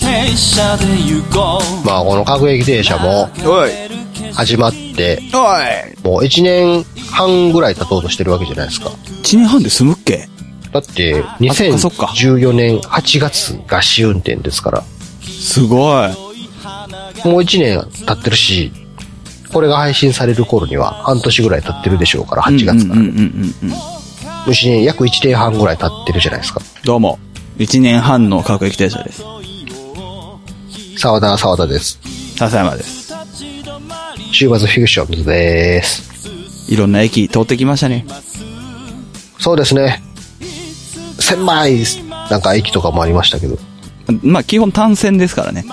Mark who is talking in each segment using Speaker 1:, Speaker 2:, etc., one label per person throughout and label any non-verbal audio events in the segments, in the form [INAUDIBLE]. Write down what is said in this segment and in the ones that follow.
Speaker 1: 電車で行こう
Speaker 2: まあ、この各駅停車も
Speaker 3: おい
Speaker 2: 始まって、
Speaker 3: おい
Speaker 2: もう1年半ぐらい経とうとしてるわけじゃないですか。
Speaker 3: 1年半で済むっけ
Speaker 2: だって、
Speaker 3: そっかそっか
Speaker 2: 2014年8月が試運転ですから、
Speaker 3: すごい。
Speaker 2: もう1年経ってるし、これが配信される頃には半年ぐらい経ってるでしょうから、8月から。
Speaker 3: うんうんうんうんうん。
Speaker 2: もう一年、約1年半ぐらい経ってるじゃないですか。
Speaker 3: どうも。1年半の各駅停車です。
Speaker 2: 沢田沢田です。
Speaker 3: 笹山です。
Speaker 2: 週末フィクションズです。
Speaker 3: いろんな駅通ってきましたね。
Speaker 2: そうですね。狭い、なんか駅とかもありましたけど、
Speaker 3: まあ基本単線ですからね。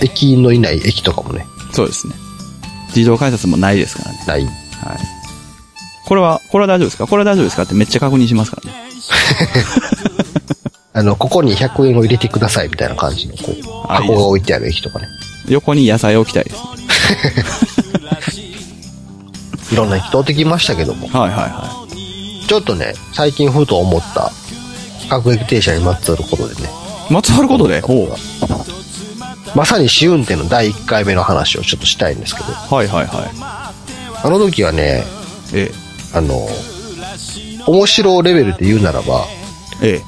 Speaker 2: 駅員のいない駅とかもね、
Speaker 3: そうですね。自動改札もないですからね。
Speaker 2: ない。
Speaker 3: はい。これは、これは大丈夫ですかこれは大丈夫ですかってめっちゃ確認しますからね。
Speaker 2: あの、ここに100円を入れてくださいみたいな感じの、こう、
Speaker 3: あいい
Speaker 2: 箱
Speaker 3: です
Speaker 2: が置いてある駅とかね。
Speaker 3: 横に野菜置きたいです。
Speaker 2: いろんな駅通ってきましたけども、
Speaker 3: はいはいは
Speaker 2: ちょっとね、最近ふと思った、各駅停車にまつわることでね、
Speaker 3: い。まつわることで、おう
Speaker 2: まさに試運転の第1回目の話をちょっとしたいんですけど、
Speaker 3: はいはいはい。
Speaker 2: あの時はね、
Speaker 3: え
Speaker 2: あの、面白レベルで言うならば、
Speaker 3: え、え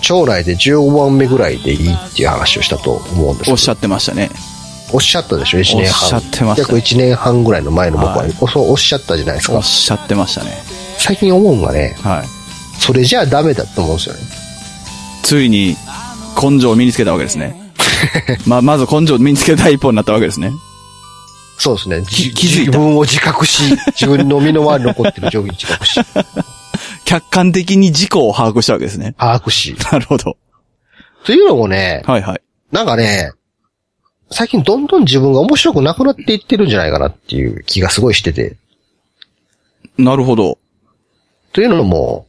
Speaker 2: 将来で15番目ぐらいでいいっていう話をしたと思うんですけ
Speaker 3: え、
Speaker 2: ど
Speaker 3: おっしゃってましたね。
Speaker 2: おっしゃったでしょ、1年半。
Speaker 3: おっしゃってました
Speaker 2: 約1年半ぐらいの前の僕は、
Speaker 3: はい
Speaker 2: そうおっしゃったじゃないです
Speaker 3: お
Speaker 2: か
Speaker 3: っ。しゃってましたね。
Speaker 2: 最近思うんがね、
Speaker 3: はい。
Speaker 2: それじゃあダメだと思うんですよね。
Speaker 3: ついに、根性を身につけたわけで
Speaker 2: [LAUGHS]
Speaker 3: すね。ま、まず根性を身につけた一歩になったわけですね。
Speaker 2: そうですね。じ
Speaker 3: 気づいた
Speaker 2: 自分を自覚
Speaker 3: [LAUGHS]
Speaker 2: し、自分の身の回りに残ってる状況に自覚し、
Speaker 3: 客観的に事故を把握したわけですね。
Speaker 2: 把握し。
Speaker 3: なるほど。
Speaker 2: というのもね、
Speaker 3: はいはい。
Speaker 2: なんかね、最近どんどん自分が面白くなくなっていってるんじゃないかなっていう気がすごいしてて。
Speaker 3: なるほど。
Speaker 2: というのも、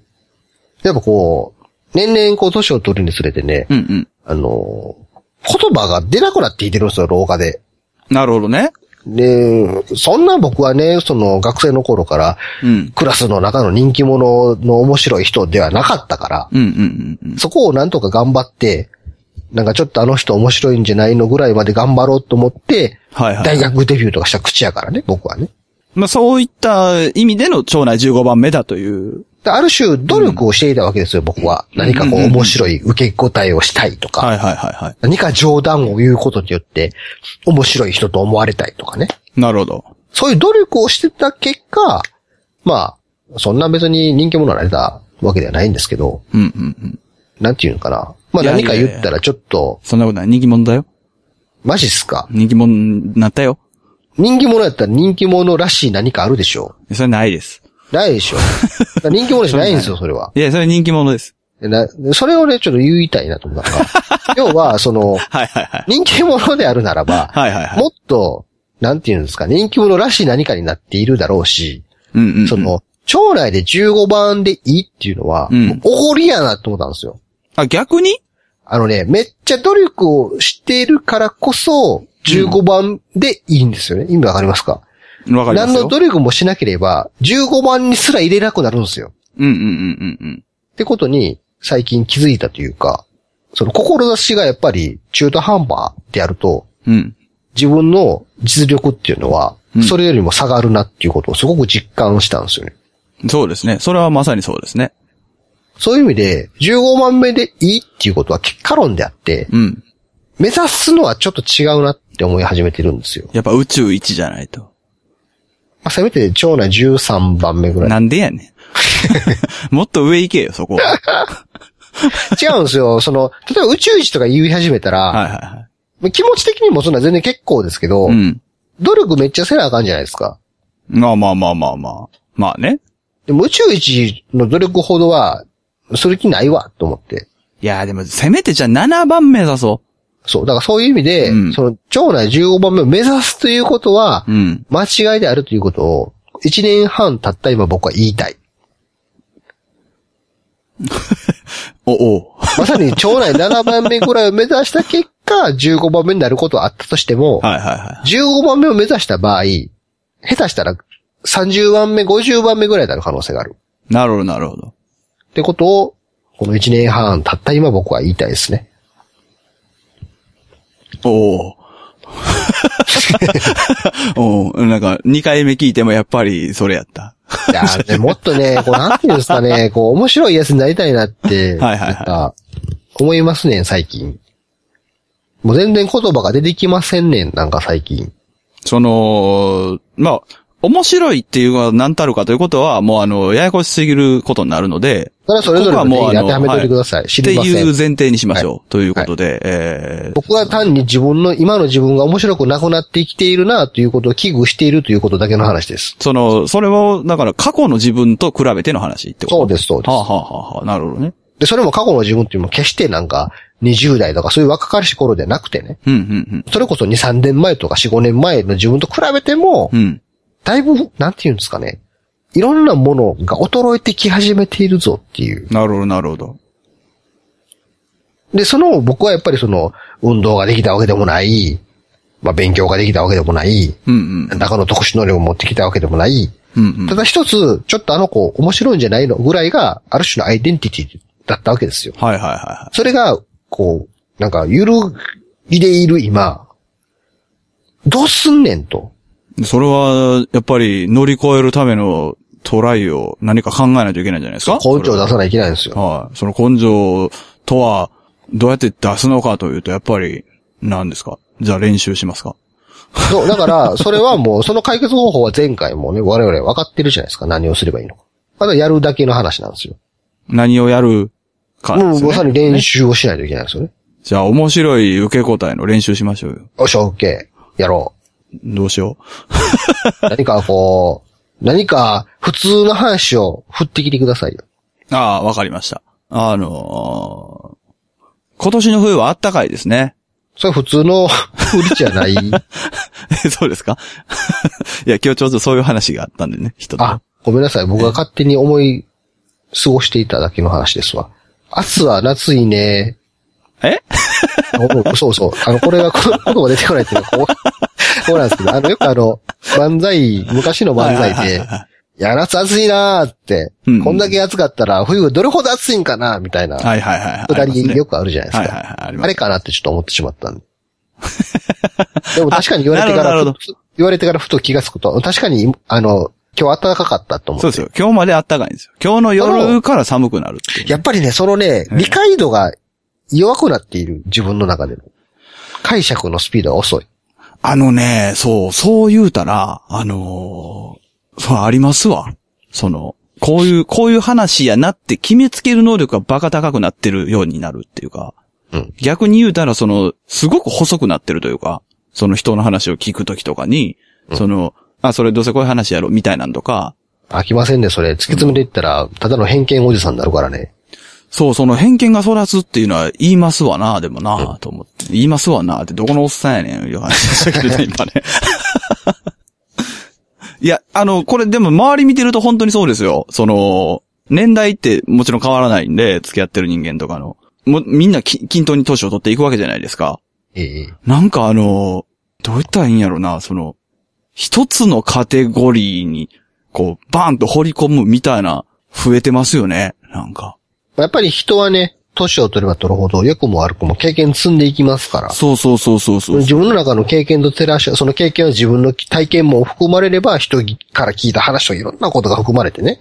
Speaker 2: やっぱこう、年々こう年を取るにつれてね、
Speaker 3: うんうん。
Speaker 2: あの、言葉が出なくなっていってるんですよ、廊下で。
Speaker 3: なるほどね。
Speaker 2: で、そんな僕はね、その学生の頃から、
Speaker 3: うん。
Speaker 2: クラスの中の人気者の面白い人ではなかったから、
Speaker 3: うんうんうんうん。
Speaker 2: そこをなんとか頑張って、なんかちょっとあの人面白いんじゃないのぐらいまで頑張ろうと思って、
Speaker 3: はいはい。
Speaker 2: 大学デビューとかした口やからね、僕はね。
Speaker 3: まあ、そういった意味での町内15番目だという。
Speaker 2: である種、努力をしていたわけですよ、僕は。何かこう、
Speaker 3: うんうんうん
Speaker 2: 面白い受け答えをしたいとか、
Speaker 3: はいはいはいは
Speaker 2: 何か冗談を言うことによって、面白い人と思われたいとかね。
Speaker 3: い。なるほど。
Speaker 2: そういう努力をしてた結果、まあ、そんな別に人気者になれたわけではないんですけど、
Speaker 3: うんうんうん。
Speaker 2: なんていうのかな。まあ
Speaker 3: いやいや
Speaker 2: 何
Speaker 3: いや
Speaker 2: か言ったらちょっと、
Speaker 3: そんなことない。人気者だよ。
Speaker 2: マジっすか。
Speaker 3: 人気者になったよ。
Speaker 2: 人気者やったら人気者らしい何かあるでしょ
Speaker 3: それないです。
Speaker 2: う。ないでしょう。だから
Speaker 3: [LAUGHS]
Speaker 2: 人気者じゃないんですよ、それは。
Speaker 3: いや、それ人気者です。
Speaker 2: なそれをね、ちょっと言いたいなと思ったのが、
Speaker 3: [LAUGHS]
Speaker 2: 要は、その、
Speaker 3: はいはいはい。
Speaker 2: 人気者であるならば、
Speaker 3: はいはいはい。
Speaker 2: もっと、なんていうんですか、人気者らしい何かになっているだろうし、
Speaker 3: うんうんうん。
Speaker 2: その、将来で15番でいいっていうのは、
Speaker 3: うん
Speaker 2: もうおごりやなと思ったんですよ。
Speaker 3: あ、逆に
Speaker 2: あのね、めっちゃ努力をしているからこそ、15番でいいんですよね。意味わかりますか
Speaker 3: わかりま
Speaker 2: 何
Speaker 3: すよ。
Speaker 2: の努力もしなければ、15番にすら入れなくなるんですよ。
Speaker 3: うんうんうんうんうん。
Speaker 2: ってことに、最近気づいたというか、その、志がやっぱり中途半端であると、
Speaker 3: うん。
Speaker 2: 自分の実力っていうのは
Speaker 3: う、ん
Speaker 2: それよりも下があるなっていうことをすごく実感したんですよね。
Speaker 3: そうですね。それはまさにそうですね。
Speaker 2: そういう意味で、15番目でいいっていうことは結果論であって、
Speaker 3: うん。
Speaker 2: 目指すのはちょっと違うなって思い始めてるんですよ。
Speaker 3: やっぱ宇宙一じゃないと。
Speaker 2: まあ、せめて、長男13番目ぐらい。
Speaker 3: なんでやねん。もっと上行けよ、そこは。
Speaker 2: 違うんですよ。その、例えば宇宙一とか言い始めたら、
Speaker 3: はいは
Speaker 2: 気持ち的にもそんな全然結構ですけど、
Speaker 3: いはい。うん。
Speaker 2: 努力めっちゃせなあかんじゃないですか。
Speaker 3: まあまあまあまあまあ。まあね。
Speaker 2: でも宇宙一の努力ほどは、する気ないわ、と思って。
Speaker 3: いやーでも、せめてじゃあ7番目指そ
Speaker 2: そう。だからそういう意味で、
Speaker 3: うん
Speaker 2: その、長男15番目を目指すということは、
Speaker 3: う。うん。
Speaker 2: 間違いであるということを、1年半経った今僕は言いたい。
Speaker 3: お、おう。
Speaker 2: まさに町内7番目ぐらいを目指した結果、15番目になることはあったとしても、
Speaker 3: はいはいは
Speaker 2: 15番目を目指した場合、下手したら30番目、50番目ぐらいになる可能性がある。
Speaker 3: い。なるほど、なるほど。
Speaker 2: ってことを、この1年半経った今僕は言いたいですね。
Speaker 3: おーお [LAUGHS] ーなんか、2回目聞いてもやっぱりそれやった。
Speaker 2: いやーね、もっと
Speaker 3: [LAUGHS]
Speaker 2: ね、こう、なんていうんですかね、こう、面白いやつになりたいなって、
Speaker 3: はいはいはい
Speaker 2: なんか思いますねん、最近。もう全然言葉が出てきませんねん、なんか最近。
Speaker 3: その、まあ、面白いっていうのは何たるかということは、もうあの、ややこしすぎることになるので、
Speaker 2: それはそれぞれの
Speaker 3: ここはもう
Speaker 2: 定義に
Speaker 3: あ
Speaker 2: 当
Speaker 3: の
Speaker 2: てはめておいてください。知
Speaker 3: って
Speaker 2: りませ。
Speaker 3: いうん前提にしましょう。ということで、え
Speaker 2: 僕は単に自分の、今の自分が面白くなくなってきているなということを危惧しているということだけの話です。
Speaker 3: ー、その、それを、だから過去の自分と比べての話ってこと
Speaker 2: そうです、そうです
Speaker 3: は。あ、はあはあはあ、なるほどね。
Speaker 2: で、それも過去の自分っていうのも決してなんか、20代とかそういう若かりし頃ではなくてね。
Speaker 3: うん、うん、
Speaker 2: それこそ2、3年前とか4、5年前の自分と比べても、
Speaker 3: うん。うん。
Speaker 2: だいぶ、なんて言うんですかね。いろんなものが衰えてき始めているぞっていう。
Speaker 3: なるほど、なるほど。
Speaker 2: で、その僕はやっぱりその、運動ができたわけでもない、まあ勉強ができたわけでもない、
Speaker 3: うん、うん。
Speaker 2: 何らかの特殊能力を持ってきたわけでもない。
Speaker 3: うん、うん
Speaker 2: た。だ一つ、ちょっとあの子面白いんじゃないのぐらいが、ある種のアイデンティティだったわけですよ。
Speaker 3: はい、はい、は
Speaker 2: それが、こう、なんか、揺るいでいる今、どうすんねんと。
Speaker 3: い。それは、やっぱり乗り越えるためのトライを何か考えないといけないんじゃないですか
Speaker 2: 根性を出さないといけないんですよ。
Speaker 3: はい。その根性とは、どうやって出すのかというと、やっぱり、何ですかじゃあ練習しますか
Speaker 2: そう、だから、それはもう、その解決方法は前回もね、我々分かってるじゃないですか。何をすればいいのか。ただやるだけの話なんですよ。
Speaker 3: 何をやるかで
Speaker 2: もう、
Speaker 3: すよ
Speaker 2: ま
Speaker 3: ね
Speaker 2: さに練習をしないといけないんですよね。
Speaker 3: じゃあ面白い受け答えの練習しましょうよ。
Speaker 2: よし、OK。やろ
Speaker 3: どうしよ
Speaker 2: う。何かこう、何か普通の話を振ってきてくださいよ。
Speaker 3: う。ああ、わかりました。あのー今年の冬は暖かいですね。 [LAUGHS]
Speaker 2: それ普通の [LAUGHS] 振りじゃない。
Speaker 3: えそうですか [LAUGHS] いや、今日ちょうどそういう話があったんでね、人と。
Speaker 2: あ、ごめんなさい。僕が勝手に思い過ごしていただけの話ですわ。暑は夏いね。
Speaker 3: え
Speaker 2: おそうそう。あの、これが、こ言葉出てこないっていうのはこう、こうなんですけど、あの、よくあの、漫才、昔の漫才で、いや、夏暑いなーって、
Speaker 3: うん
Speaker 2: こんだけ暑かったら、冬どれほど暑いんかなみたいな、
Speaker 3: はいはいはい。
Speaker 2: くだ
Speaker 3: ありますね
Speaker 2: りよくあるじゃないですか。
Speaker 3: はいはいはいあります
Speaker 2: あれかなってちょっと思ってしまった [LAUGHS] んで。でも確かに言われてか
Speaker 3: なる
Speaker 2: ら
Speaker 3: ほどなる
Speaker 2: ふと、言われてからふと気がつくと、確かに、あの、今日暖かかったと思って
Speaker 3: そうですよ。今日まで暖かいんですよ。今日の夜から寒くなるっていう
Speaker 2: やっぱりね、そのね、理解度が弱くなっている、自分の中での。解釈のスピードが遅い。
Speaker 3: あのね、そう、そう言うたら、あのーそう、ありますわ。その、こういう、こういう話やなって決めつける能力がバカ高くなってるようになるっていうか、
Speaker 2: うん
Speaker 3: 逆に言うたら、その、すごく細くなってるというか、その人の話を聞くときとかに、その、あ、それどうせこういう話やろ、みたいなんとか、
Speaker 2: 飽きませんね、それ。突き詰めていったら、ただの偏見おじさんになるからね。
Speaker 3: そう、その偏見が育つっていうのは言いますわな、でもな、と思って。言いますわな、ってどこのおっさんやねん、いう話でしたけどね、今ね。いや、あの、これでも周り見てると本当にそうですよ。その、年代ってもちろん変わらないんで、付き合ってる人間とかの。もうみんなき均等に年を取っていくわけじゃないですか。
Speaker 2: ええ。
Speaker 3: なんかあの、どう言ったらいいんやろな、その、一つのカテゴリーに、こう、バーンと掘り込むみたいな、増えてますよね、なんか。
Speaker 2: やっぱり人はね、年を取れば取るほど、良くも悪くも経験積んでいきますから。
Speaker 3: そうそうそうそうそう。
Speaker 2: 自分の中の経験と照らし合わせ、その経験は自分の体験も含まれれば、人から聞いた話といろんなことが含まれてね。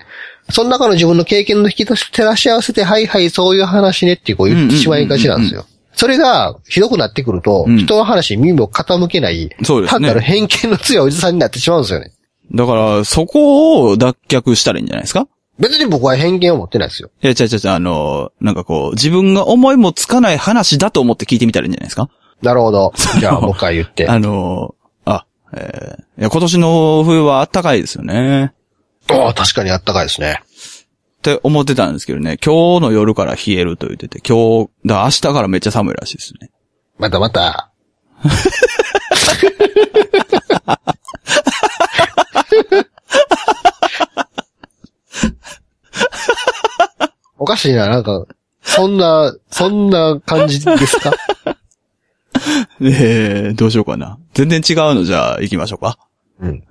Speaker 2: その中の自分の経験の引き出し、照らし合わせて、はいはい、そういう話ねってこう言ってしまいがちなんですよ。それが、ひどくなってくると、
Speaker 3: ん
Speaker 2: 人の話に耳を傾けない、
Speaker 3: そうですね
Speaker 2: 単なる偏見の強いおじさんになってしまうんですよね。
Speaker 3: だから、そこを脱却したらいいんじゃないですか
Speaker 2: 別に僕は偏見を持ってないですよ。
Speaker 3: いや、違う違う違う、あの、なんかこう、自分が思いもつかない話だと思って聞いてみたらいいんじゃないですか
Speaker 2: なるほ
Speaker 3: [LAUGHS]
Speaker 2: ど。じゃあ、もう一回言って。
Speaker 3: あの、あ、えーいや今年の冬は暖かいですよね。
Speaker 2: ああ、確かにあったかいですね。
Speaker 3: って思ってたんですけどね、今日の夜から冷えると言ってて、今日、だから明日からめっちゃ寒いらしいですね。
Speaker 2: またまた。おかしいな、なんか、そんな、そんな感じですか
Speaker 3: えー、どうしようかな。全然違うのじゃあ、行きましょうか。
Speaker 2: うん。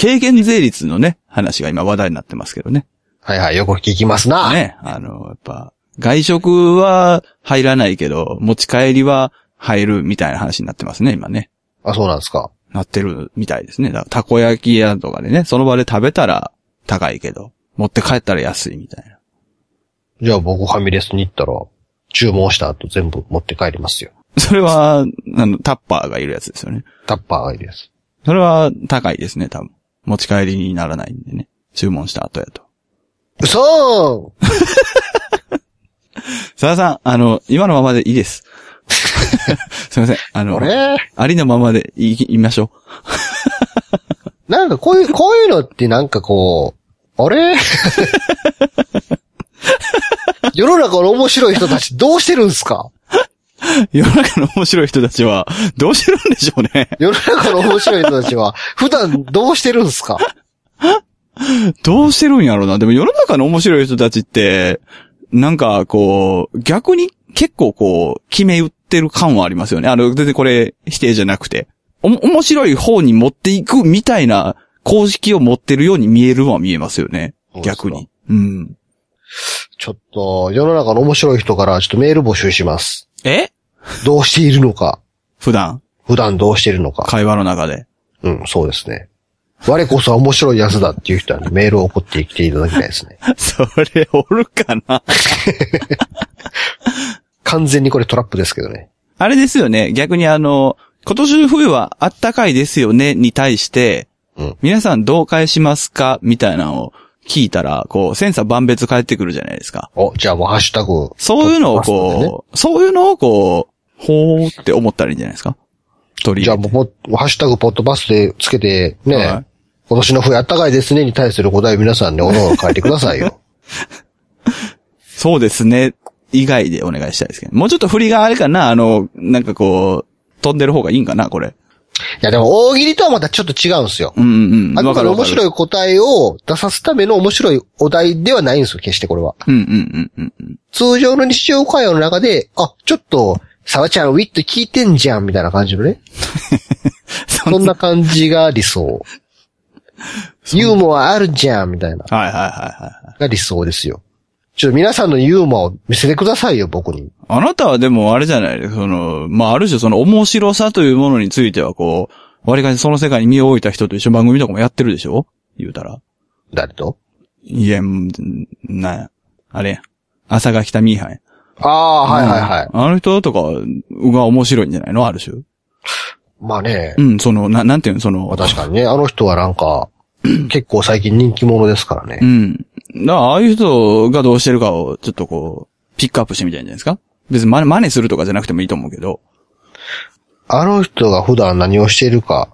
Speaker 3: 軽減税率のね、話が今話題になってますけどね。
Speaker 2: はいはい、よく聞きますな。
Speaker 3: ね、あの、やっぱ、外食は入らないけど、持ち帰りは入るみたいな話になってますね、今ね。
Speaker 2: あ、そうなんですか。
Speaker 3: なってるみたいですね。だからたこ焼き屋とかでね、その場で食べたら高いけど、持って帰ったら安いみたいな。 [LAUGHS]
Speaker 2: じゃあ僕ファミレスに行ったら、注文した後全部持って帰りますよ。
Speaker 3: それは、あの、タッパーがいるやつですよね。
Speaker 2: タッパーがいいです。
Speaker 3: それは高いですね、多分。持ち帰りにならないんでね。注文した後やと。
Speaker 2: 嘘ー
Speaker 3: さださん、あの、今のままでいいです。 [LAUGHS] すいません。あの、
Speaker 2: 俺、
Speaker 3: ありのままでい、言いましょ
Speaker 2: なんかこういう、こういうのってなんかこう、あれ [LAUGHS] 世の中の面白い人たちどうしてるんすか
Speaker 3: う。世の中の面白い人たちは、どうしてるんでしょうね。
Speaker 2: 世の中の面白い人たちは、普段どうしてるんすか
Speaker 3: どうしてるんやろうな。でも世の中の面白い人たちって、なんかこう、逆に結構こう、決め打ってる感はありますよね。あの、全然これ否定じゃなくて。おも、面白い方に持っていくみたいな公式を持ってるように見えるは見えますよね。逆に。うん。
Speaker 2: ちょっと、世の中の面白い人からちょっとメール募集します。
Speaker 3: え
Speaker 2: どうしているのか
Speaker 3: 普段、
Speaker 2: 普段どうしているのか
Speaker 3: 会話の中で。 [LAUGHS]
Speaker 2: うん、そうですね。我こそは面白いやつだっていう人はね、メールを送ってきていただきたいですね。
Speaker 3: それ、おるかな
Speaker 2: 完全にこれトラップですけどね。
Speaker 3: あれですよね。逆にあの、今年の冬はあったかいですよねに対して、
Speaker 2: うん
Speaker 3: 皆さんどう返しますかみたいなのを聞いたら、こう、千差万別返ってくるじゃないですか。
Speaker 2: お、じゃあもうハッシュタグ。
Speaker 3: そういうのを
Speaker 2: 取ってますのでね
Speaker 3: こう、そういうのをこう、ほーって思ったらいいんじゃないですか取り
Speaker 2: じゃあ
Speaker 3: 入れ
Speaker 2: も
Speaker 3: て。
Speaker 2: うポッ、ハッシュタグポッドバスでつけて、ね、
Speaker 3: はい
Speaker 2: 今年の冬あったかいですねに対する答えを皆さんね、おのおの書いてください
Speaker 3: [LAUGHS]
Speaker 2: よ。
Speaker 3: そうですね。以外でお願いしたいですけど。もうちょっと振りがあれかなあの、なんかこう、飛んでる方がいいんかなこれ。
Speaker 2: いやでも大喜利とはまたちょっと違うんですよ。
Speaker 3: うんうんうん。
Speaker 2: あくま
Speaker 3: わか
Speaker 2: で
Speaker 3: る
Speaker 2: 面白
Speaker 3: い。
Speaker 2: い答えを出さすための面白いお題ではないんですよ、決してこれは。
Speaker 3: うんうんうんうんうん。
Speaker 2: 通常の日常会話の中で、あ、ちょっと、沢ちゃんウィット聞いてんじゃん、みたいな感じの
Speaker 3: [LAUGHS]
Speaker 2: ね。そんな感じが理想。ユーモアあるじゃん、みたいな。
Speaker 3: はいはいはいはい。
Speaker 2: が理想ですよ。ちょっと皆さんのユーモアを見せてくださいよ、僕に。
Speaker 3: あなたはでもあれじゃないその、まあ、ある種その面白さというものについてはこう、割りかしその世界に身を置いた人と一緒に番組とかもやってるでしょ言うたら。
Speaker 2: 誰と
Speaker 3: いや、んなんや。あれや。朝が来たミーハンや。
Speaker 2: ああ、はいはいはい。
Speaker 3: うんあの人とかが面白いんじゃないのある種。
Speaker 2: まあね、
Speaker 3: うん、その、な、なんていうのその
Speaker 2: まあ、確かにね、あの人はなん
Speaker 3: [CLEARS THROAT]
Speaker 2: か、結構最近人気者ですから
Speaker 3: う
Speaker 2: ね。
Speaker 3: ん。だからああいう人がどうしてるかを、ちょっとこう、ピックアップしてみたいんじゃないですか別に真似真似するとかじゃなくてもいいと思うけど。
Speaker 2: あの人が普段何をしているか、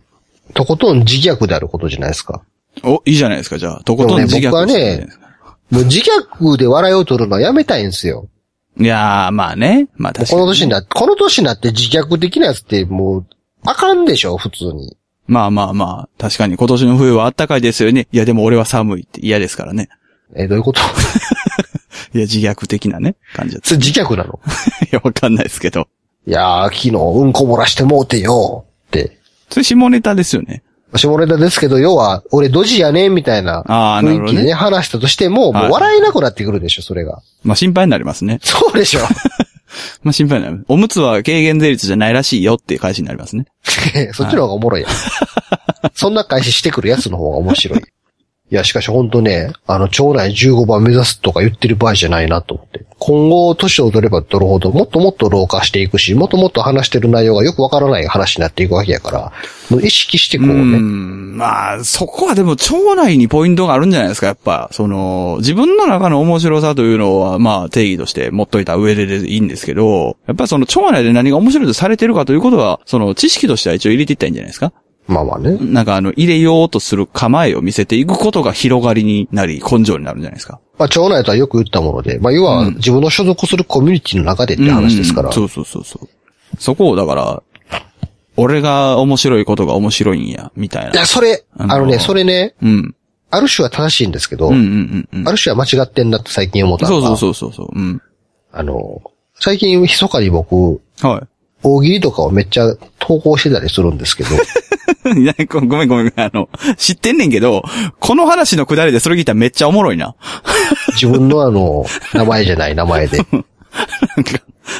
Speaker 2: とことん自虐であることじゃないですか。
Speaker 3: お、いいじゃないですか、じゃあ。とことん自虐
Speaker 2: でもね僕はね
Speaker 3: してみたいじゃないですか
Speaker 2: もう自虐で笑いを取るのはやめたいんですよ。
Speaker 3: いやー、まあね。まあ確か
Speaker 2: こ
Speaker 3: に。
Speaker 2: の年になって、この年になって自虐的なやつってもう、あかんでしょ、普通に。
Speaker 3: まあまあまあ、確かに今年の冬は暖かいですよね。いやでも俺は寒いって嫌ですからね。
Speaker 2: え、どういうこと [LAUGHS]
Speaker 3: いや、自虐的なね、感じだっ
Speaker 2: それ自虐なの
Speaker 3: た。 [LAUGHS] いや、わかんないですけど。
Speaker 2: いやー、昨日うんこ漏らしてもうてよ、って。
Speaker 3: それ下ネタですよね。
Speaker 2: 下ネタですけど、要は、俺ドジやねんみたいな
Speaker 3: あーなる
Speaker 2: 雰
Speaker 3: ほ
Speaker 2: 囲
Speaker 3: ど
Speaker 2: 気
Speaker 3: ね
Speaker 2: でね、話したとしても、も
Speaker 3: はいう
Speaker 2: 笑えなくなってくるでしょ、それ
Speaker 3: [LAUGHS]
Speaker 2: が。
Speaker 3: まあ心配になりますね。
Speaker 2: そう [LAUGHS] でしょ。
Speaker 3: まあ心配になる。おむつは軽減税率じゃないらしいよっていう返しになりますね。
Speaker 2: そっちの方がおもろいやん。そんな返ししてくるやつの方が面白い。いや、しかしほんとね、あの、町内15番目指すとか言ってる場合じゃないなと思って。今後、年を取れば取るほど、もっともっと老化していくし、もっともっと話してる内容がよくわからない話になっていくわけやから、もう意識してこう
Speaker 3: う
Speaker 2: ね。
Speaker 3: ん。まあ、そこはでも町内にポイントがあるんじゃないですか、やっぱ。その、自分の中の面白さというのは、まあ定義として持っといた上でいいんですけど、やっぱりその町内で何が面白いとされてるかということは、その知識としては一応入れていったらいいんじゃないですか。
Speaker 2: まあまあね。
Speaker 3: なんかあの、入れようとする構えを見せていくことが広がりになり、根性になるんじゃないですか。
Speaker 2: まあ、町内とはよく言ったもので、まあ、要は自分の所属するコミュニティの中でって話ですから。
Speaker 3: うんそうそうそうそう。そこをだから、俺が面白いことが面白いんや、みたい
Speaker 2: いや、
Speaker 3: な。
Speaker 2: それ、
Speaker 3: あのー
Speaker 2: あのね、それね、
Speaker 3: うん。
Speaker 2: ある種は正しいんですけど、
Speaker 3: うんうんうんうん。
Speaker 2: ある種は間違ってんだって最近思ったの
Speaker 3: そう
Speaker 2: が
Speaker 3: そうそうそうそう。うん。
Speaker 2: あの、最近密かに僕、
Speaker 3: はい。
Speaker 2: 大喜利とかをめっちゃ投稿してたりするんですけ
Speaker 3: [LAUGHS]
Speaker 2: ど、
Speaker 3: いやごごめんごめんごめん。あの、知ってんねんけど、この話のくだりでそれ聞いたらめっちゃおもろいな。 [LAUGHS]
Speaker 2: 自分のあの、名前じゃない名前で、
Speaker 3: なんか、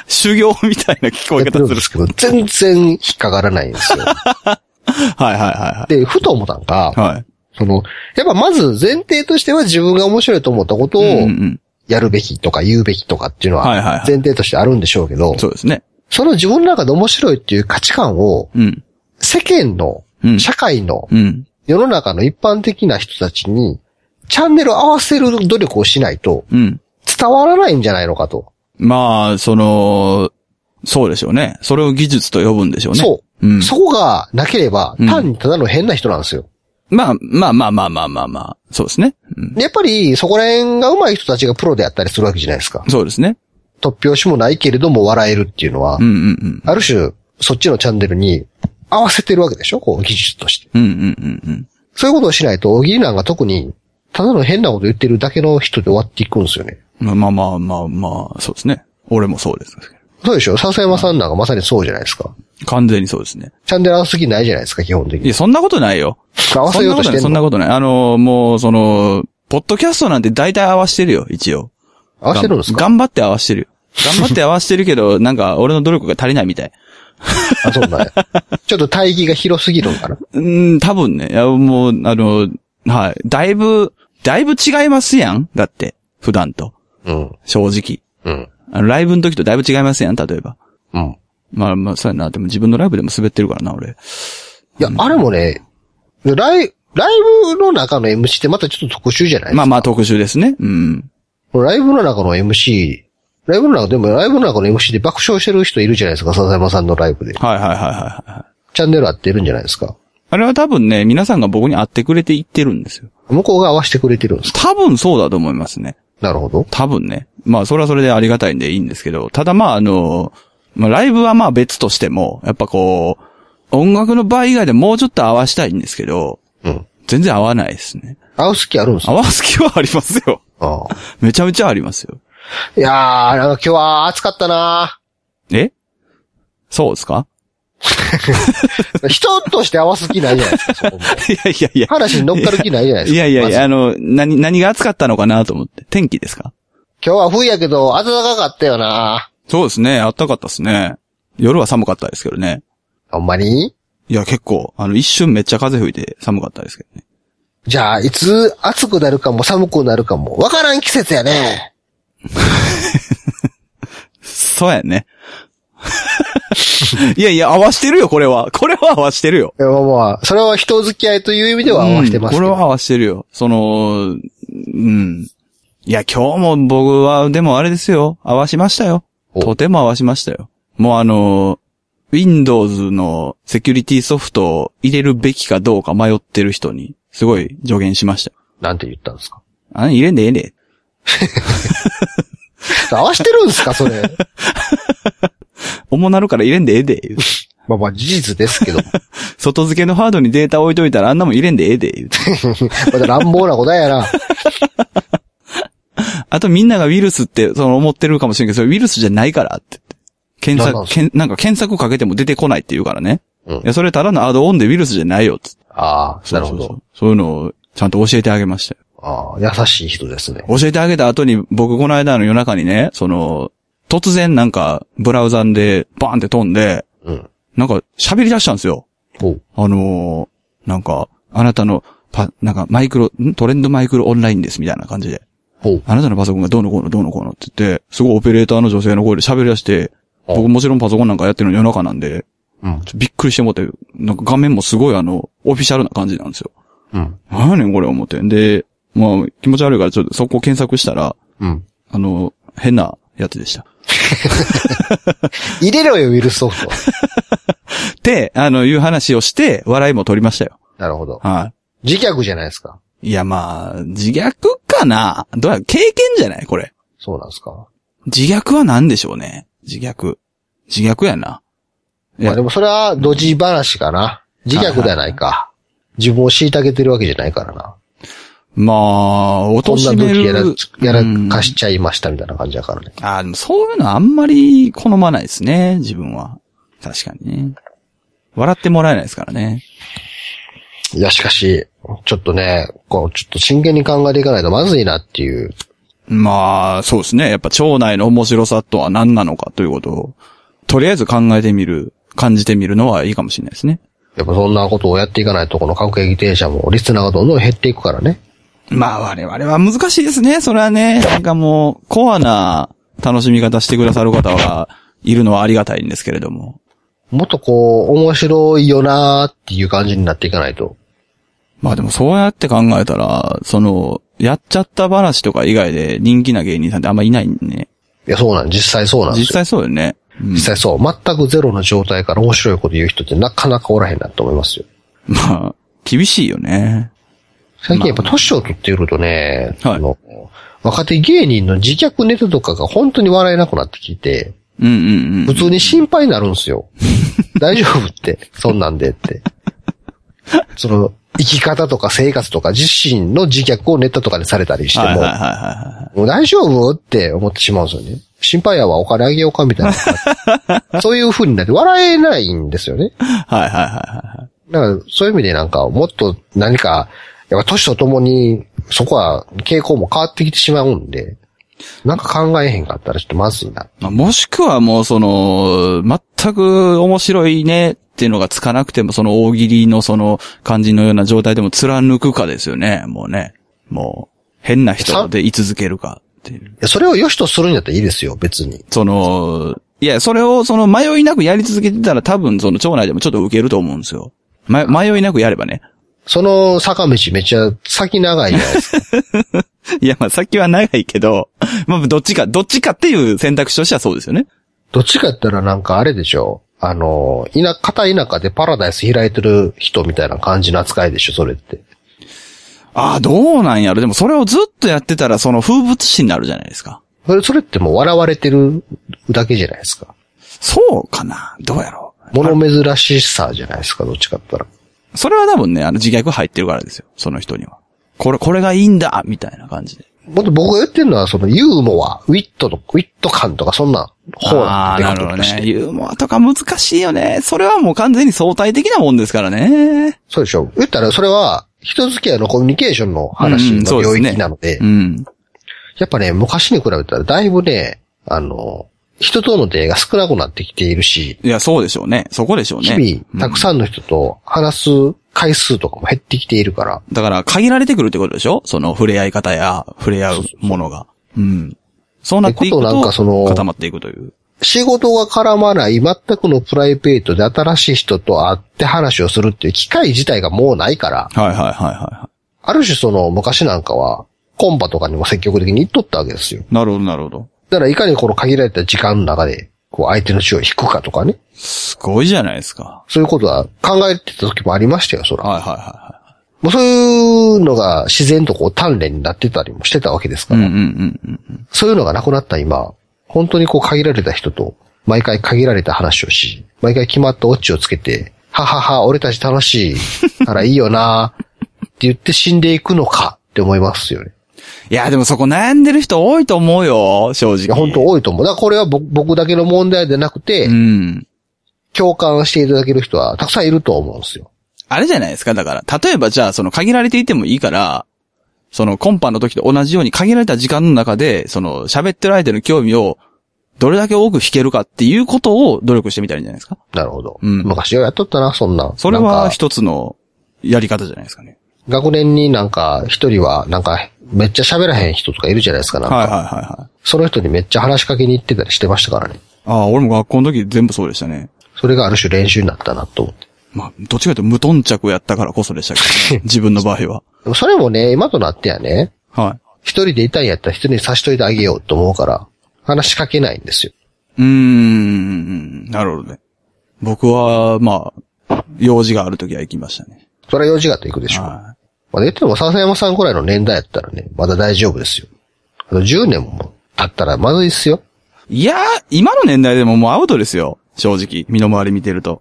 Speaker 3: 修行みたいな聞こ
Speaker 2: や
Speaker 3: え
Speaker 2: って
Speaker 3: 方
Speaker 2: るん
Speaker 3: す
Speaker 2: [LAUGHS] で
Speaker 3: る
Speaker 2: す。けど、全然引っかからないんですよ。
Speaker 3: はいはいは
Speaker 2: で、ふと思ったんが
Speaker 3: い、はい。はい。
Speaker 2: その、やっぱまず前提としては自分が面白いと思ったことを
Speaker 3: うんうん。
Speaker 2: やるべきとか言うべきとかっていうの
Speaker 3: はいはいは
Speaker 2: はい前提としてあるんでしょうけど、
Speaker 3: そうですね。
Speaker 2: その自分の中で面白いっていう価値観を
Speaker 3: うん。
Speaker 2: 世間の
Speaker 3: う、ん
Speaker 2: 社会の、
Speaker 3: うん。
Speaker 2: 世の中の一般的な人たちにチャンネルを合わせる努力をしないと
Speaker 3: うん。
Speaker 2: 伝わらないんじゃないのかと。
Speaker 3: まあ、その、そうでしょうね。それを技術と呼ぶんでしょうね。。
Speaker 2: そう
Speaker 3: うん。
Speaker 2: そこがなければ
Speaker 3: うん
Speaker 2: 単にただの変な人なんですよ。
Speaker 3: まあ、まあまあまあまあまあまあ。そうですね。うん。
Speaker 2: でやっぱりそこら辺が上手い人たちがプロであったりするわけじゃないですか。
Speaker 3: そうですね。
Speaker 2: 突拍子もないけれども笑えるっていうのは
Speaker 3: う、んうん
Speaker 2: ある種、そっちのチャンネルに合わせてるわけでしょこう、技術として。
Speaker 3: うん。うんうんうんうん。
Speaker 2: そういうことをしないと、大喜利なんか特に、ただの変なこと言ってるだけの人で終わっていくんですよね。
Speaker 3: まあまあまあまあまあ、そうですね。俺もそうです。
Speaker 2: そうでしょ笹山さんなんかまさにそうじゃないですか。
Speaker 3: 完全にそうですね。
Speaker 2: チャンネル合わせる気ないじゃないですか、基本的
Speaker 3: い
Speaker 2: に
Speaker 3: や、。そんなことないよ。
Speaker 2: 合わ
Speaker 3: そ
Speaker 2: せ
Speaker 3: ん
Speaker 2: よ
Speaker 3: な
Speaker 2: う
Speaker 3: ことと
Speaker 2: し
Speaker 3: ない、
Speaker 2: て
Speaker 3: そ
Speaker 2: ん
Speaker 3: んな
Speaker 2: の
Speaker 3: ことない。あのー、もう、その、ポッドキャストなんて大体合わしてるよ、一応。
Speaker 2: 合わせてるんですか
Speaker 3: 頑張って合わしてるよ。頑張って合わしてるけど、 [LAUGHS] なんか、俺の努力が足りないみたい。
Speaker 2: あ、そうなんや。ちょっと対義が広すぎるんかな。
Speaker 3: うん、多分ね。いや、もう、あの、はい。だいぶ、だいぶ違いますやんだって、普段と。
Speaker 2: うん。
Speaker 3: 正直。
Speaker 2: うん。
Speaker 3: あの、ライブの時とだいぶ違いますやん、例えば。
Speaker 2: うん。
Speaker 3: まあまあ、そうやな。でも自分のライブでも滑ってるからな、俺。
Speaker 2: いや、あれもね、ライ、ライブの中の MC ってまたちょっと特殊じゃないですか
Speaker 3: まあまあ、特集ですね。うん。
Speaker 2: ライブの中の MC、ライブの中、でもライブの中の MC で爆笑してる人いるじゃないですか、笹山さんのライブで。
Speaker 3: はいはいはいはいはい。
Speaker 2: チャンネル合ってるんじゃないですか。
Speaker 3: あれは多分ね、皆さんが僕に会ってくれて言ってるんですよ。
Speaker 2: 向こうが合わせてくれてるんですか
Speaker 3: 多分そうだと思いますね。
Speaker 2: なるほど。
Speaker 3: 多分ね。まあ、それはそれでありがたいんでいいんですけど、ただまあ、あの、まあ、ライブはまあ別としても、やっぱこう、音楽の場合以外でもうちょっと合わしたいんですけど、
Speaker 2: うん。
Speaker 3: 全然合わないですね。
Speaker 2: 合う隙あるんですか
Speaker 3: 合わす気はありますよ。 [LAUGHS]
Speaker 2: ああ
Speaker 3: めちゃめちゃありますよ。
Speaker 2: いやー、なんか今日は暑かったな
Speaker 3: えそうですか [LAUGHS]
Speaker 2: 人として合わす気ないじゃないですか、そこ [LAUGHS] も
Speaker 3: いやいやいや。
Speaker 2: 話に乗っかる気ないじゃないです
Speaker 3: い
Speaker 2: か。
Speaker 3: やいや
Speaker 2: ま
Speaker 3: いや、
Speaker 2: ず
Speaker 3: あの、何、何が暑かったのかなと思って。天気ですか
Speaker 2: 今日は冬やけど、暖かかったよな
Speaker 3: そうですね。暖かったですね。夜は寒かったですけどね。
Speaker 2: ほんまに
Speaker 3: いや、結構、あの、一瞬めっちゃ風吹いて寒かったですけどね。
Speaker 2: じゃあ、いつ暑くなるかも寒くなるかも、わからん季節やね。
Speaker 3: そうやね。 [LAUGHS] いやいや、合わしてるよ、これは。これは合わしてるよ。
Speaker 2: いやまあまあ、それは人付き合いという意味では合わせてます
Speaker 3: う
Speaker 2: け
Speaker 3: ん
Speaker 2: ど。
Speaker 3: これは合わしてるよ。その、うん。いや、今日も僕は、でもあれですよ。合わしましたよ。
Speaker 2: お
Speaker 3: とても合わしましたよ。もうあの、Windows のセキュリティソフトを入れるべきかどうか迷ってる人に、すごい助言しましたよ。
Speaker 2: なんて言ったんですか
Speaker 3: あ入れんでええね
Speaker 2: 合わしてるんですか、そ [LAUGHS] れ。
Speaker 3: 重なるから入れんでええで。 [LAUGHS] 言うて
Speaker 2: まあまあ、事実ですけど。
Speaker 3: 外付けのハードにデータ置いといたらあんなもん入れんでええで。言うて
Speaker 2: また乱暴なことやな。
Speaker 3: あとみんながウイルスってその思ってるかもしれんけど、それウイルスじゃないからって言って。検
Speaker 2: なんなん
Speaker 3: 索、
Speaker 2: すか
Speaker 3: けんなんか検索かけても出てこないって言うからね。
Speaker 2: うん
Speaker 3: いや、それただのアドオンでウイルスじゃないよっつって。
Speaker 2: ああ、なるほ
Speaker 3: そうそうそ
Speaker 2: ど
Speaker 3: う。。そういうのをちゃんと教えてあげましたよ。
Speaker 2: ああ、優しい人ですね。
Speaker 3: 教えてあげた後に僕この間の夜中にね、その、突然なんかブラウザンでバーンって飛んで、
Speaker 2: うん。
Speaker 3: なんか喋り出したんですよ。
Speaker 2: おう
Speaker 3: あのーなんか、あなたのパ、なんかマイクロ、んトレンドマイクロオンラインですみたいな感じで。
Speaker 2: おう
Speaker 3: あなたのパソコンがどうのこうのどうのこうのって言って、すごいオペレーターの女性の声で喋り出して、
Speaker 2: あ
Speaker 3: 僕もちろんパソコンなんかやってるの夜中なんで、
Speaker 2: うん。
Speaker 3: ちょっとびっくりしてもって、なんか画面もすごいあの、オフィシャルな感じなんですよ。
Speaker 2: うん。
Speaker 3: なんやねんこれ思って。で、まあ気持ち悪いからちょっとそこ検索したら、
Speaker 2: うん。
Speaker 3: あの、変なやつでした。
Speaker 2: 入れろよ、ウィルスソフト。
Speaker 3: って、あの、いう話をして、笑いも取りましたよ。
Speaker 2: [LAUGHS] なるほど。
Speaker 3: は
Speaker 2: 自虐じゃないですか。
Speaker 3: い。いや、まあ、自虐かなどうや、経験じゃないこれ。
Speaker 2: そうなんですか。
Speaker 3: 自虐は何でしょうね。自虐。自虐やな。いや
Speaker 2: まあでもそれは、ドジ話かな。自虐ではないか。自分を虐げてるわけじゃないからな。
Speaker 3: まあ、落
Speaker 2: ことんな
Speaker 3: しめ
Speaker 2: 時
Speaker 3: る。
Speaker 2: やら、やらか
Speaker 3: うん
Speaker 2: しちゃいましたみたいな感じだからね。
Speaker 3: あーでもそういうのあんまり好まないですね、自分は。確かにね。笑ってもらえないですからね。
Speaker 2: いや、しかし、ちょっとね、こう、ちょっと真剣に考えていかないとまずいなっていう
Speaker 3: まあ、そうですね。やっぱ町内の面白さとは何なのかということを、とりあえず考えてみる、感じてみるのはいいかもしれないですね。
Speaker 2: やっぱそんなことをやっていかないと、この各駅停車もリスナーがどんどん減っていくからね。
Speaker 3: まあ、我々は難しいですね。それはね、なんかもう、コアな楽しみ方してくださる方がいるのはありがたいんですけれども。
Speaker 2: もっとこう、面白いよなーっていう感じになっていかないと。
Speaker 3: まあでもそうやって考えたら、その、やっちゃった話とか以外で人気な芸人さんってあんまいないんでね。
Speaker 2: いや、そうなん、実際そうなんですよ
Speaker 3: 実。際そうよね。うん
Speaker 2: 実際そう。全くゼロの状態から面白いこと言う人ってなかなかおらへんなと思いますよ。
Speaker 3: まあ、厳しいよね。
Speaker 2: 最近やっぱ年を取っているとね、
Speaker 3: はい
Speaker 2: あの若手芸人の自虐ネタとかが本当に笑えなくなってきて、
Speaker 3: うんうんう
Speaker 2: 普
Speaker 3: ん。
Speaker 2: 通に心配になるんです
Speaker 3: [LAUGHS]
Speaker 2: よ。大丈夫って、そんなんでって。その、生き方とか生活とか自身の自虐をネタとかにされたりして
Speaker 3: はいはい
Speaker 2: も
Speaker 3: はい、はいはい。
Speaker 2: もう大丈夫って思ってしまうんですよね。心配やわ、お金あげようかみたいな。そういう風になって笑えないんですよね。
Speaker 3: はいはいはいはい。
Speaker 2: だから、そういう意味でなんか、もっと何か、やっぱ年とともに、そこは傾向も変わってきてしまうんで、なんか考えへんかったらちょっとまずいな。
Speaker 3: まあ、もしくはもうその、全く面白いねっていうのがつかなくても、その大喜利のその感じのような状態でも貫くかですよね。もうね。もう、変な人で居続けるかっていう。
Speaker 2: いやそれを良しとするんだったらいいですよ、別に。
Speaker 3: その、いや、それをその迷いなくやり続けてたら多分その町内でもちょっと受けると思うんですよ。ま、迷いなくやればね。 [LAUGHS]
Speaker 2: その坂道めっちゃ先長いじゃないですか。
Speaker 3: いや、まあ、先は長いけど、 [LAUGHS] まあ、どっちか、どっちかっていう選択肢としてはそうですよね。
Speaker 2: どっちかやったらなんかあれでしょあの、田、片田舎でパラダイス開いてる人みたいな感じの扱いでしょ、それって。
Speaker 3: ああ、どうなんやろ。でもそれをずっとやってたら、その風物詩になるじゃないですか。
Speaker 2: それ、それってもう笑われてるだけじゃないですか。
Speaker 3: そうかなどうやろ
Speaker 2: 物珍しさじゃないですか、どっちかやったら。
Speaker 3: うそれは多分ね、あの自虐入ってるからですよ。その人には。これ、これがいいんだみたいな感じで。
Speaker 2: もっと僕が言ってるのは、そのユーモア、ウィットの、ウィット感とか、そんな方
Speaker 3: あ
Speaker 2: な
Speaker 3: あ、
Speaker 2: んで
Speaker 3: なるほどね。ユーモアとか難しいよね。それはもう完全に相対的なもんですからね。
Speaker 2: そうでしょ。言ったら、それは、人付き合いのコミュニケーションの
Speaker 3: う
Speaker 2: 話
Speaker 3: んうんそ
Speaker 2: の
Speaker 3: うで
Speaker 2: 領
Speaker 3: すね
Speaker 2: 域なので、
Speaker 3: うん。
Speaker 2: やっぱね、昔に比べたら、だいぶね、あの、人との出会いが少なくなってきているし、
Speaker 3: いや、そうでしょうね。そこでしょうね。
Speaker 2: 日
Speaker 3: うん
Speaker 2: 々、たくさんの人と話す回数とかも減ってきているから、
Speaker 3: だから、限られてくるってことでしょその、触れ合い方や、触れ合うものが。うん。そうなっていく
Speaker 2: ってことなんかそ
Speaker 3: と、
Speaker 2: の
Speaker 3: 固まっていくという。
Speaker 2: 仕事が絡まない、全くのプライベートで新しい人と会って話をするっていう機会自体がもうないから、
Speaker 3: はいはいはいは
Speaker 2: ある種その昔なんかは、コンパとかにも積極的に行っとったわけですよ。
Speaker 3: い。なるほどなるほど。
Speaker 2: だからいかにこの限られた時間の中で、こう相手の血を引くかとかね。
Speaker 3: すごいじゃないですか。
Speaker 2: そういうことは考えてた時もありましたよ、そら。
Speaker 3: はいはいは
Speaker 2: もうそういうのが自然とこう鍛錬になってたりもしてたわけです
Speaker 3: い。
Speaker 2: か
Speaker 3: うん
Speaker 2: ら。
Speaker 3: うんうんうん。
Speaker 2: そういうのがなくなった今、本当にこう限られた人と、毎回限られた話をし、毎回決まったオチをつけて、ははは、俺たち楽しいからいいよなって言って死んでいくのかって思いますよね。
Speaker 3: いや、でもそこ悩んでる人多いと思うよ、正直。
Speaker 2: いや、本当多いと思う。だからこれは僕僕だけの問題でなくて、
Speaker 3: うん。
Speaker 2: 共感していただける人はたくさんいると思うんですよ。
Speaker 3: あれじゃないですか、だから。例えばじゃあ、その限られていてもいいから、そのコンパの時と同じように限られた時間の中で、その喋ってる相手の興味をどれだけ多く引けるかっていうことを努力してみたらいいんじゃないですか。
Speaker 2: なるほど。
Speaker 3: うん
Speaker 2: 昔ようやっとったな、そんなん。
Speaker 3: それ
Speaker 2: な
Speaker 3: は
Speaker 2: んか
Speaker 3: 一つのやり方じゃないですかね。
Speaker 2: 学年になんか、一人は、なんか、めっちゃ喋らへん人とかいるじゃないですか。なんか
Speaker 3: はいはいはいはい。
Speaker 2: その人にめっちゃ話しかけに行ってたりしてましたからね。
Speaker 3: ああ、俺も学校の時全部そうでしたね。
Speaker 2: それがある種練習になったなと思って。
Speaker 3: まあ、どっちかというと無頓着やったからこそでしたけど、 [LAUGHS] ね、自分の場合は。
Speaker 2: でもそれもね、今となってやね、
Speaker 3: はい。
Speaker 2: 一人でいたんやったら一人に差しといてあげようと思うから、話しかけないんですよ。
Speaker 3: うーん、なるほどね。僕は、まあ、用事があるときは行きましたね。
Speaker 2: それは用事があって行くでしょう。
Speaker 3: は
Speaker 2: まあ言っても笹山さんくらいの年代やったらね、まだ大丈夫ですよ。あと10年も経ったらまずいっすよ。
Speaker 3: いいやー、今の年代でももうアウトですよ。正直、身の回り見てると。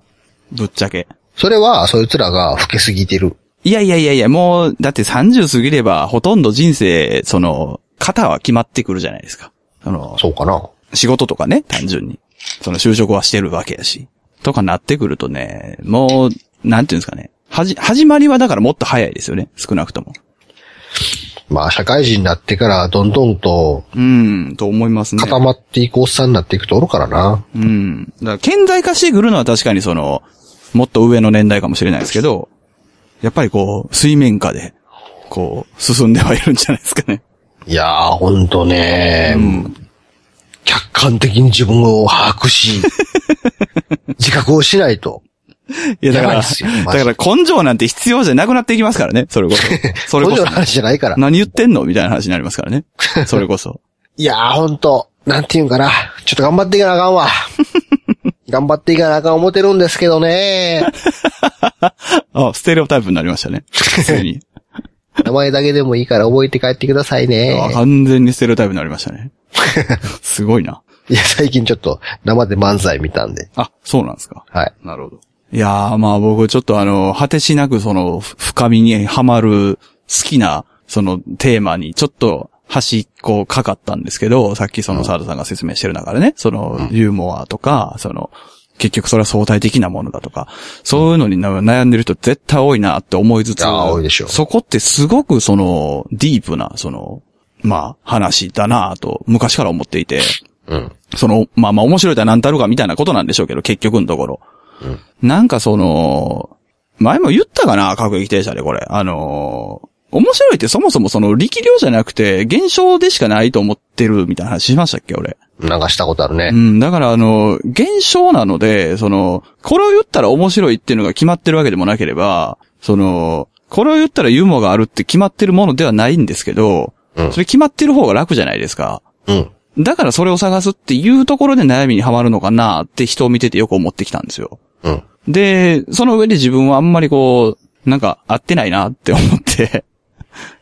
Speaker 3: ぶっちゃけ。
Speaker 2: それは、そいつらが老けすぎてる。
Speaker 3: いやいやいやいや、もう、だって30過ぎれば、ほとんど人生、その、型は決まってくるじゃないですか。その、
Speaker 2: そうかな。
Speaker 3: 仕事とかね、単純に。その就職はしてるわけやし。とかなってくるとね、もう、なんていうんですかね。はじ、始まりはだからもっと早いですよね。少なくとも。
Speaker 2: まあ、社会人になってから、どんどんと、
Speaker 3: うん、と思いますね。
Speaker 2: 固まっていくおっさんになっていくとおるからな。
Speaker 3: うん。だから、顕在化してくるのは確かにその、もっと上の年代かもしれないですけど、やっぱりこう、水面下で、こう、進んではいるんじゃないですかね。
Speaker 2: いやー、ほんとね、客観的に自分を把握し、自覚をしないと。
Speaker 3: いや、だ
Speaker 2: や
Speaker 3: か
Speaker 2: ばい
Speaker 3: ら、
Speaker 2: っすよ
Speaker 3: だ
Speaker 2: マジで
Speaker 3: から根性なんて必要じゃなくなっていきますからね、それこ
Speaker 2: [LAUGHS]
Speaker 3: そ。それ
Speaker 2: 根
Speaker 3: こ
Speaker 2: 性
Speaker 3: そ
Speaker 2: の。話じゃないから。
Speaker 3: 何言ってんのみたいな話になりますからね。それこ
Speaker 2: [LAUGHS]
Speaker 3: そ。
Speaker 2: いやー、ほんと、なんていうんかな。ちょっと頑張っていかなあかんわ。頑張っていかなあかん思ってるんですけどね。
Speaker 3: あ、ステレオタイプになりましたね。普通に。
Speaker 2: 名前だけでもいいから [LAUGHS] 覚えて帰ってください
Speaker 3: あ
Speaker 2: ね。
Speaker 3: 完全にステレオタイプになりまし
Speaker 2: [LAUGHS]
Speaker 3: たね。すごいな。
Speaker 2: いや、最近ちょっと生で漫才見たんで。
Speaker 3: あ、そうなんですか。
Speaker 2: はい。
Speaker 3: なるほど。いやー、まあ僕ちょっとあの、果てしなくその、ふ深みにはまる好きな、そのテーマにちょっと端っこかかったんですけど、さっきそのサードさんが説明してる中でね、そのユーモアとか、その、結局それは相対的なものだとか、そういうのにな悩んでる人絶対多いなって思いつつ、
Speaker 2: あー多いでしょう
Speaker 3: そこってすごくその、ディープな、その、まあ話だなと昔から思っていて、
Speaker 2: うん。
Speaker 3: その、まあまあ面白いとは何たるかみたいなことなんでしょうけど、結局のところ。なんかその、前も言ったかな、各駅停車でこれ。あのー面白いってそもそもその力量じゃなくて、現象でしかないと思ってるみたいな話しましたっけ、俺。
Speaker 2: なんかしたことあるね
Speaker 3: う。ん、だからあの、現象なので、その、これを言ったら面白いっていうのが決まってるわけでもなければ、その、これを言ったらユーモアがあるって決まってるものではないんですけど、
Speaker 2: うん
Speaker 3: それ決まってる方が楽じゃないですか。
Speaker 2: うん。
Speaker 3: だからそれを探すっていうところで悩みにはまるのかなって人を見ててよく思ってきたんですよ。
Speaker 2: うん。
Speaker 3: で、その上で自分はあんまりこう、なんか合ってないなって思って、 [LAUGHS]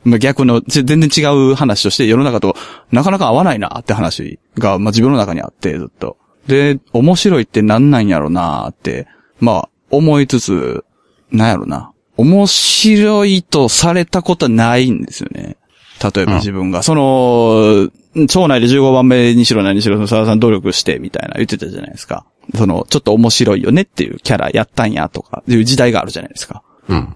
Speaker 3: まあ逆の、ち全然違う話として世の中となかなか合わないなって話が、まあ自分の中にあってずっと。で、面白いってなんなんやろなって、まあ思いつつ、なんやろな。面白いとされたことはないんですよね。例えば自分が、その、町内で15番目にしろ何にしろ、その沢田さん努力してみたいな言ってたじゃないですか。その、ちょっと面白いよねっていうキャラやったんやとか、いう時代があるじゃないですか。
Speaker 2: うん。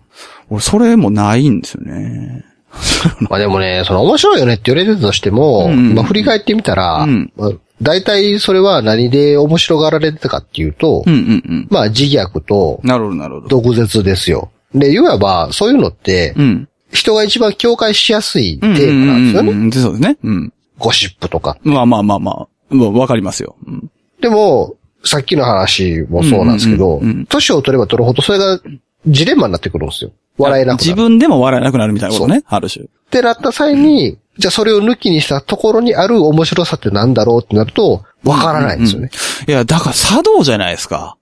Speaker 3: 俺、それもないんですよね。
Speaker 2: [LAUGHS] まあでもね、その面白いよねって言われてたとしても、
Speaker 3: うん
Speaker 2: まあ振り返ってみたら、
Speaker 3: うん
Speaker 2: まあ大体それは何で面白がられてたかっていうと、
Speaker 3: うんうんうん。
Speaker 2: まあ自虐と
Speaker 3: なるほど、なるほど。
Speaker 2: 毒舌ですよ。で、言わば、そういうのって
Speaker 3: う、ん。
Speaker 2: 人が一番境界しやすいテ
Speaker 3: うんうん
Speaker 2: ーマなんですよ
Speaker 3: うんう
Speaker 2: ね。
Speaker 3: ん。そうですね。うん。
Speaker 2: ゴシップとか。
Speaker 3: まあまあまあまあ。もうわかりますよ。うん。
Speaker 2: でも、さっきの話もそうなんですけ
Speaker 3: う
Speaker 2: ど
Speaker 3: んうんうんうん、
Speaker 2: 年を取れば取るほどそれがジレンマになってくるんですよ。笑えなく
Speaker 3: 自
Speaker 2: なる。
Speaker 3: 分でも笑えなくなるみたいなことね。ある種。
Speaker 2: ってなった際に、じゃあそれを抜きにしたところにある面白さってなんだろうってなると、わからないんですよね。
Speaker 3: いや、だから、茶道じゃないですか。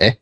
Speaker 2: え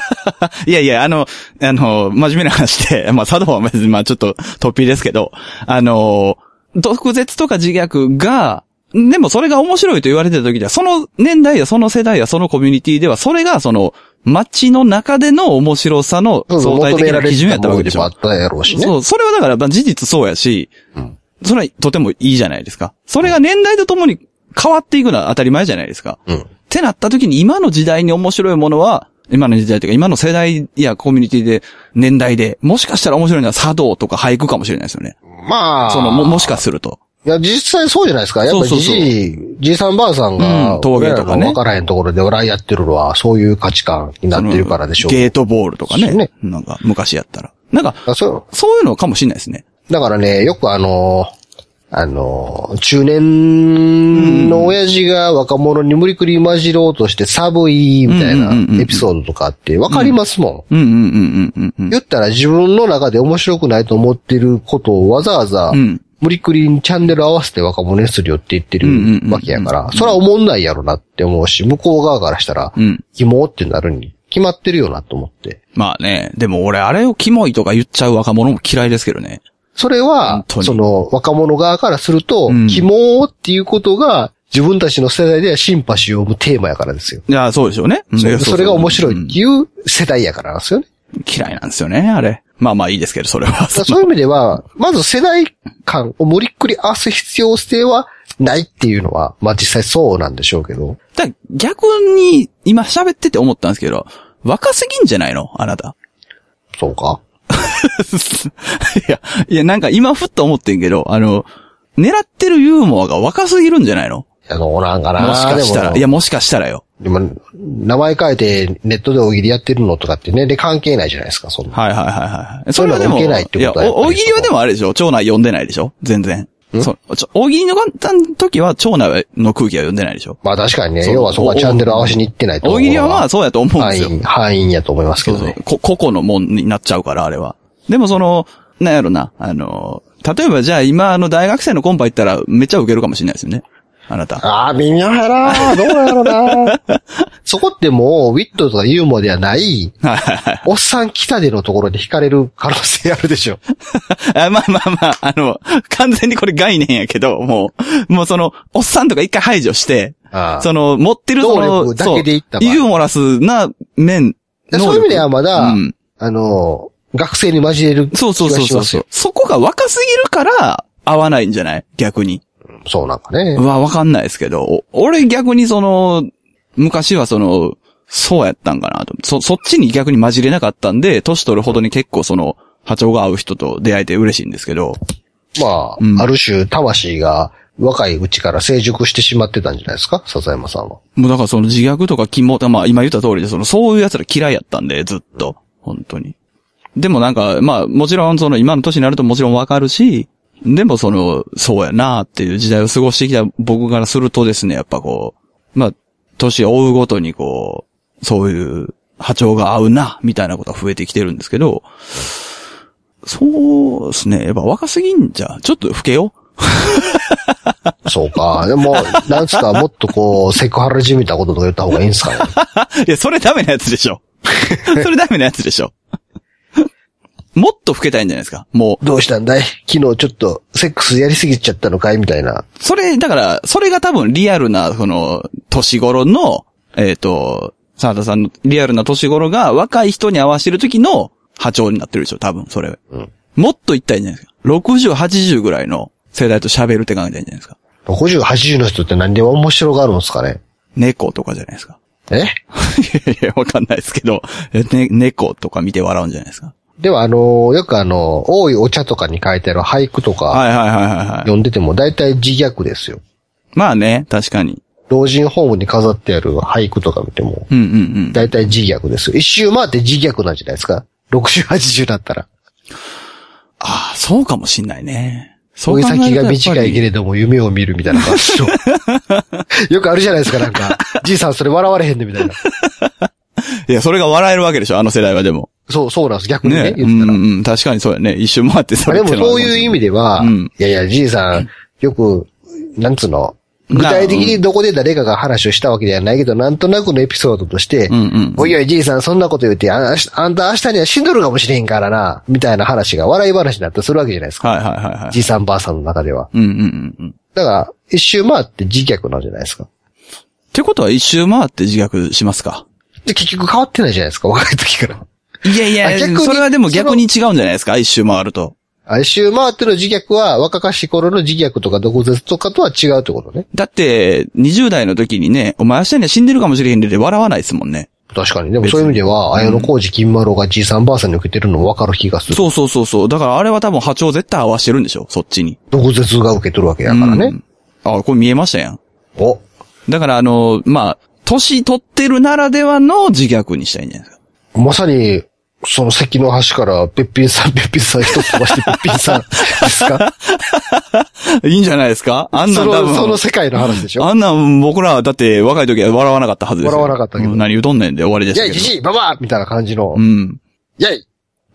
Speaker 3: [LAUGHS] いやいや、あの、あの、真面目な話で、 [LAUGHS] まあ、佐藤は別に、まあ、ちょっと、突飛ですけど、あの、毒舌とか自虐が、でもそれが面白いと言われてた時では、その年代やその世代やそのコミュニティでは、それがその、街の中での面白さの
Speaker 2: そうそう
Speaker 3: 相対
Speaker 2: 求
Speaker 3: 的
Speaker 2: めら
Speaker 3: な
Speaker 2: れ
Speaker 3: 基準や
Speaker 2: て
Speaker 3: ったたわ
Speaker 2: もので
Speaker 3: けでし
Speaker 2: もあ
Speaker 3: ょ
Speaker 2: っ。たやろうしね。
Speaker 3: そう、それはだから、まあ、事実そうやし、
Speaker 2: うん
Speaker 3: それはとてもいいじゃないですか。それが年代とともに変わっていくのは当たり前じゃないですか。
Speaker 2: うん。
Speaker 3: ってなった時に今の時代に面白いものは、今の時代というか今の世代やコミュニティで、年代で、もしかしたら面白いのは茶道とか俳句かもしれないですよね。
Speaker 2: まあ、
Speaker 3: その、も、もしかすると。
Speaker 2: いや、実際そうじゃないですか。やっぱ
Speaker 3: そう
Speaker 2: じ
Speaker 3: そうそう
Speaker 2: じい、じいさんばあさんが、
Speaker 3: うん陶芸と
Speaker 2: 俺
Speaker 3: かね
Speaker 2: らのわからへんところで笑いやってるのは、そういう価値観になってるからでしょう。
Speaker 3: ゲートボールとかね。
Speaker 2: そうね
Speaker 3: なんか、昔やったら。なんか、
Speaker 2: あそう
Speaker 3: そういうのかもしれないですね。
Speaker 2: だからね、よくあのーあのー中年の親父が若者に無理くり混じろうとして寒いみたい
Speaker 3: うんうんうんうん
Speaker 2: なエピソードとかってわかりますも
Speaker 3: うんうんうんうんうんうん
Speaker 2: ん。。言ったら自分の中で面白くないと思ってることをわざわざ
Speaker 3: うん
Speaker 2: 無理くりにチャンネル合わせて若者にするよって言って
Speaker 3: うんうんうんう
Speaker 2: る
Speaker 3: ん
Speaker 2: わけやから、それは思んないやろなって思うし、向こう側からしたら
Speaker 3: うん、
Speaker 2: キモってなるに決まってるよなと思って。
Speaker 3: まあね、でも俺あれをキモいとか言っちゃう若者も嫌いですけどね。
Speaker 2: それは
Speaker 3: 本、当に
Speaker 2: その若者側からすると、
Speaker 3: うん
Speaker 2: キモーっていうことが自分たちの世代ではシンパシーを生むテーマやからですよ。
Speaker 3: いや、そうでしょうね。うんいや
Speaker 2: それが面白
Speaker 3: う
Speaker 2: いっ
Speaker 3: ん
Speaker 2: ていう世代やからなんですよね。
Speaker 3: 嫌いなんですよね、あれ。まあまあいいですけど、それは。
Speaker 2: だからそういう意味では、まず世代間を無理っくり合わせる必要性はないっていうのは、まあ実際そうなんでしょうけど。
Speaker 3: だから逆に、今喋ってて思ったんですけど、若すぎんじゃないのあなた。
Speaker 2: そうか
Speaker 3: [LAUGHS] いや、いや、なんか今ふっと思ってんけど、あの、狙ってるユーモアが若すぎるんじゃないの
Speaker 2: あの、おらんかな
Speaker 3: もしかしたら。い
Speaker 2: で
Speaker 3: や、
Speaker 2: も、
Speaker 3: もしかしたらよ。
Speaker 2: でも名前変えてネットで大喜利やってるのとかってね、で関係ないじゃないですか、そんな。
Speaker 3: はいはいはいはい。
Speaker 2: そういうのが
Speaker 3: でも、
Speaker 2: 受けないってことはやっぱり
Speaker 3: や、お大喜利はでもあれでしょ町内読んでないでしょ全然。そう、ちょ大喜利の時は町内の空気は読んでないでしょ
Speaker 2: まあ確かにね、
Speaker 3: そう
Speaker 2: 要はそこはチャンネル合わしに行ってないと思う。
Speaker 3: 大喜利はまあそうやと思うんで
Speaker 2: 範
Speaker 3: すよ。
Speaker 2: 囲、範囲やと思いますけ
Speaker 3: そう
Speaker 2: ど
Speaker 3: そう
Speaker 2: ね。
Speaker 3: こ個々のもんになっちゃうから、あれは。でもその、なんやろな、あの、例えばじゃあ今あの大学生のコンパ行ったらめっちゃウケるかもしれないですよね。あなた。
Speaker 2: ああ、微妙やなどうやろうな
Speaker 3: [LAUGHS]
Speaker 2: そこってもう、ウィットとかユーモアではない、
Speaker 3: はいはいはい
Speaker 2: おっさん来たでのところで惹かれる可能性あるでしょ。
Speaker 3: [LAUGHS] あまあまあまあ、あの、完全にこれ概念やけど、もう、もうその、おっさんとか一回排除して、
Speaker 2: ああ
Speaker 3: その、持ってるそ
Speaker 2: 能
Speaker 3: の、
Speaker 2: 力だけでいった場合
Speaker 3: そうユーモラスな面。
Speaker 2: でそういう意味では
Speaker 3: 能力
Speaker 2: まだ、
Speaker 3: うん
Speaker 2: あの、学生に混じれる気がし
Speaker 3: そ
Speaker 2: ま
Speaker 3: う
Speaker 2: す
Speaker 3: そ
Speaker 2: よ。
Speaker 3: うそうそうそう。そこが若すぎるから、合わないんじゃない逆に。
Speaker 2: そうなんかね。
Speaker 3: わ、わかんないですけど、お俺逆にその、昔はその、そうやったんかなと。そ、そっちに逆に混じれなかったんで、年取るほどに結構その、波長が合う人と出会えて嬉しいんですけど、
Speaker 2: まあ、
Speaker 3: うん
Speaker 2: ある種、魂が若いうちから成熟してしまってたんじゃないですか笹山さんは。
Speaker 3: もうだからその自虐とか肝とか、まあ今言った通りで、その、そういう奴ら嫌いやったんで、ずっと。本当に。でもなんか、まあもちろんその今の年になるともちろんわかるし、でもその、そうやなっていう時代を過ごしてきた僕からするとですね、やっぱこう、まあ、年を追うごとにこう、そういう波長が合うな、みたいなことが増えてきてるんですけど、そうですね、やっぱ若すぎんじゃん、ちょっと老けよ
Speaker 2: そうか。でも、なんつうか、もっとこう、セクハラじみたこととか言った方がいいんですかね。
Speaker 3: [LAUGHS] いや、それダメなやつでしょ。 [LAUGHS] それダメなやつでしょ。 [LAUGHS] もっと老けたいんじゃないですか。も
Speaker 2: どうしたんだい昨日ちょっと、セックスやりすぎちゃったのかいみたいな。
Speaker 3: う、それ、だから、それが多分リアルな、その、年頃の、えっ、と、沢田さんのリアルな年頃が若い人に合わせてる時の波長になってるでしょ、多分、それ。
Speaker 2: うん
Speaker 3: もっと言ったらいいんじゃないですか。60、80ぐらいの世代と喋るって考えたらいいんじゃないですか。
Speaker 2: 50、80の人って何で面白がるんですかね
Speaker 3: 猫とかじゃないですか。 [LAUGHS]
Speaker 2: え
Speaker 3: いやいや、わかんないですけど、えね、猫とか見て笑うんじゃないですか。
Speaker 2: では、あの、よくあの、多いお茶とかに書いてある俳句とか、
Speaker 3: はいはいはいはいはい。
Speaker 2: 読んでても大体自虐ですよ。
Speaker 3: まあね、確かに。
Speaker 2: 老人ホームに飾ってある俳句とか見ても、
Speaker 3: うんうんうん。
Speaker 2: 大体自虐ですよ。一周回って自虐なんじゃないですか ?60、80だったら。
Speaker 3: ああ、そうかもしんないね。そ
Speaker 2: 追
Speaker 3: う
Speaker 2: い
Speaker 3: 考えると
Speaker 2: 先が
Speaker 3: やっぱり
Speaker 2: 短いけれども夢を見るみたいな感じの。よくあるじゃないですか、なんか。じいさんそれ笑われへんでみたいな。
Speaker 3: いや、それが笑えるわけでしょ、あの世代はでも。
Speaker 2: そう、そうなんです。逆にね、
Speaker 3: ね。う
Speaker 2: 言った
Speaker 3: ん
Speaker 2: ら。
Speaker 3: うん、確かにそうやね。一周回ってそ
Speaker 2: まあ
Speaker 3: れ
Speaker 2: でもそういう意味
Speaker 3: で。
Speaker 2: では、
Speaker 3: うん
Speaker 2: いやいや、じいさん、よく、なんつうの、具
Speaker 3: な
Speaker 2: 体的にどこで誰かが話をしたわけではないけど、なんとなくのエピソードとして、
Speaker 3: うんうん。
Speaker 2: おいおいじいさんそんなこと言って、ああしあんた明日には死んどるかもしれへんからな、みたいな話が笑い話になったりするわけじゃないですか。
Speaker 3: はいはいはいは
Speaker 2: じい
Speaker 3: い。
Speaker 2: さんばあさんの中では。
Speaker 3: うんうんうんうん。っ
Speaker 2: だから、一周回って自虐なんじゃないですか。
Speaker 3: てことは一周回って自虐しますか
Speaker 2: で、結局変わってないじゃないですか、若い時から。
Speaker 3: いやい
Speaker 2: あ
Speaker 3: や、
Speaker 2: 逆に
Speaker 3: それはでも逆に違うんじゃないですか一周回ると。
Speaker 2: あ一周回っての自虐は、若かし頃の自虐とか毒舌とかとは違うってことね。
Speaker 3: だって、20代の時にね、お前明日には死んでるかもしれへんでって笑わないですもんね。
Speaker 2: 確かに。でもそういう意味では、綾小路金丸がじいさんばあさんに受けてるのも分かる気がする。
Speaker 3: そうそうそうそう。だからあれは多分波長絶対合わしてるんでしょそっちに。
Speaker 2: 毒舌が受け取るわけやから
Speaker 3: う
Speaker 2: ね
Speaker 3: ん。。あ、これ見えましたやん。
Speaker 2: お、
Speaker 3: だから、あの、まあ、年取ってるならではの自虐にしたいんじゃないですか。
Speaker 2: まさに、その関の端から、べっぴんさん、べっぴんさん一つ飛ばして、べっぴんさんです
Speaker 3: [LAUGHS]
Speaker 2: か
Speaker 3: いいんじゃないですかあんな
Speaker 2: そ
Speaker 3: ん多
Speaker 2: の、その
Speaker 3: 分。
Speaker 2: 世界の話でしょ
Speaker 3: あんなん僕ら、だって若い時は笑わなかったはずですよ。
Speaker 2: 笑わなかったけど
Speaker 3: うん何言うとんねんで終わりで
Speaker 2: イ
Speaker 3: す
Speaker 2: ェ
Speaker 3: け
Speaker 2: イ、
Speaker 3: ど。
Speaker 2: じじい、ばばあみたいな感じの
Speaker 3: う、ん。
Speaker 2: イェイ、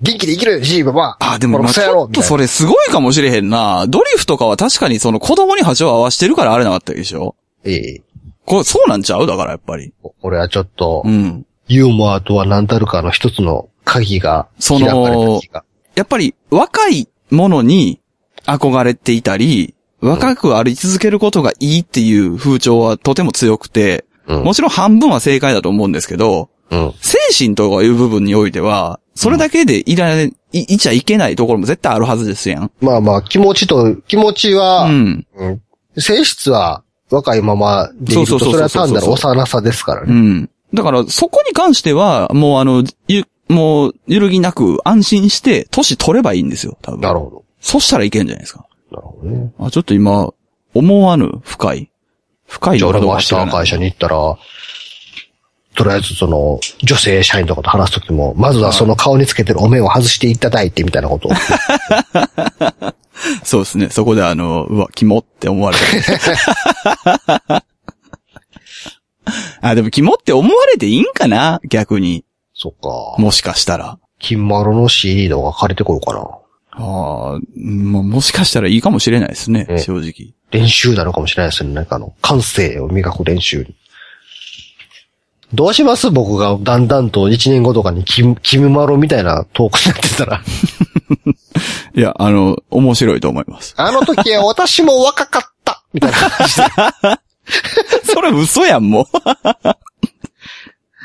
Speaker 2: 元気で生きるよ、じじい、ばばあ
Speaker 3: あ、でも、
Speaker 2: この
Speaker 3: まあ
Speaker 2: ク
Speaker 3: ち
Speaker 2: ソ野
Speaker 3: ょ
Speaker 2: 郎
Speaker 3: っ
Speaker 2: みた
Speaker 3: と
Speaker 2: いな
Speaker 3: それすごいかもしれへんな。ドリフとかは確かにその子供に波長を合わしてるからあれなかったでしょ
Speaker 2: ええ、
Speaker 3: これ、そうなんちゃうだからやっぱり。
Speaker 2: これはちょっと
Speaker 3: う、ん。
Speaker 2: ユーモアとは何たるかの一つの鍵が、
Speaker 3: そ
Speaker 2: 開
Speaker 3: の
Speaker 2: かれた気が。
Speaker 3: やっぱり若いものに憧れていたり、若くあり続けることがいいっていう風潮はとても強くて、
Speaker 2: うん
Speaker 3: もちろん半分は正解だと思うんですけど、
Speaker 2: うん。
Speaker 3: 精神とかいう部分においては、それだけでいられ、い、いちゃいけないところも絶対あるはずですやん。
Speaker 2: まあまあ、気持ちと、気持ちは、
Speaker 3: うん。
Speaker 2: うん性質は若いままでいる
Speaker 3: そう
Speaker 2: と、
Speaker 3: そうそうそう
Speaker 2: それは単なる幼さですから
Speaker 3: う
Speaker 2: ね。
Speaker 3: ん。だから、そこに関しては、もうあの、ゆもう、揺るぎなく安心して、年取ればいいんですよ、多分。
Speaker 2: なるほ
Speaker 3: そしたらいけんじゃないですか。
Speaker 2: ど。なるほどね。
Speaker 3: あ、ちょっと今、思わぬ、深い。深い
Speaker 2: じゃあ俺も明
Speaker 3: は知ら
Speaker 2: 日
Speaker 3: ない
Speaker 2: 会社に行ったら、とりあえずその、女性社員とかと話すときも、まずはその顔につけてるお面を外していただいてみたいな [LAUGHS] ことを。
Speaker 3: そうですね。そこであの、うわ、キモって思われる。 [LAUGHS] あ、でもキモって思われていいんかな逆に。
Speaker 2: そっか。
Speaker 3: もしかしたら。
Speaker 2: 金丸の CD とか借りてこようかな。
Speaker 3: ああ、まあ、もしかしたらいいかもしれないですね
Speaker 2: ええ。
Speaker 3: 正直。
Speaker 2: 練習なのかもしれないですね。なんかあの、感性を磨く練習に。どうします僕がだんだんと1年後とかに金、金丸みたいなトークになってた [LAUGHS] ら。。
Speaker 3: いや、あの、面白いと思います [LAUGHS]
Speaker 2: あの時は私も若かったみたいな感じで。
Speaker 3: それ嘘やん、もう。 [LAUGHS]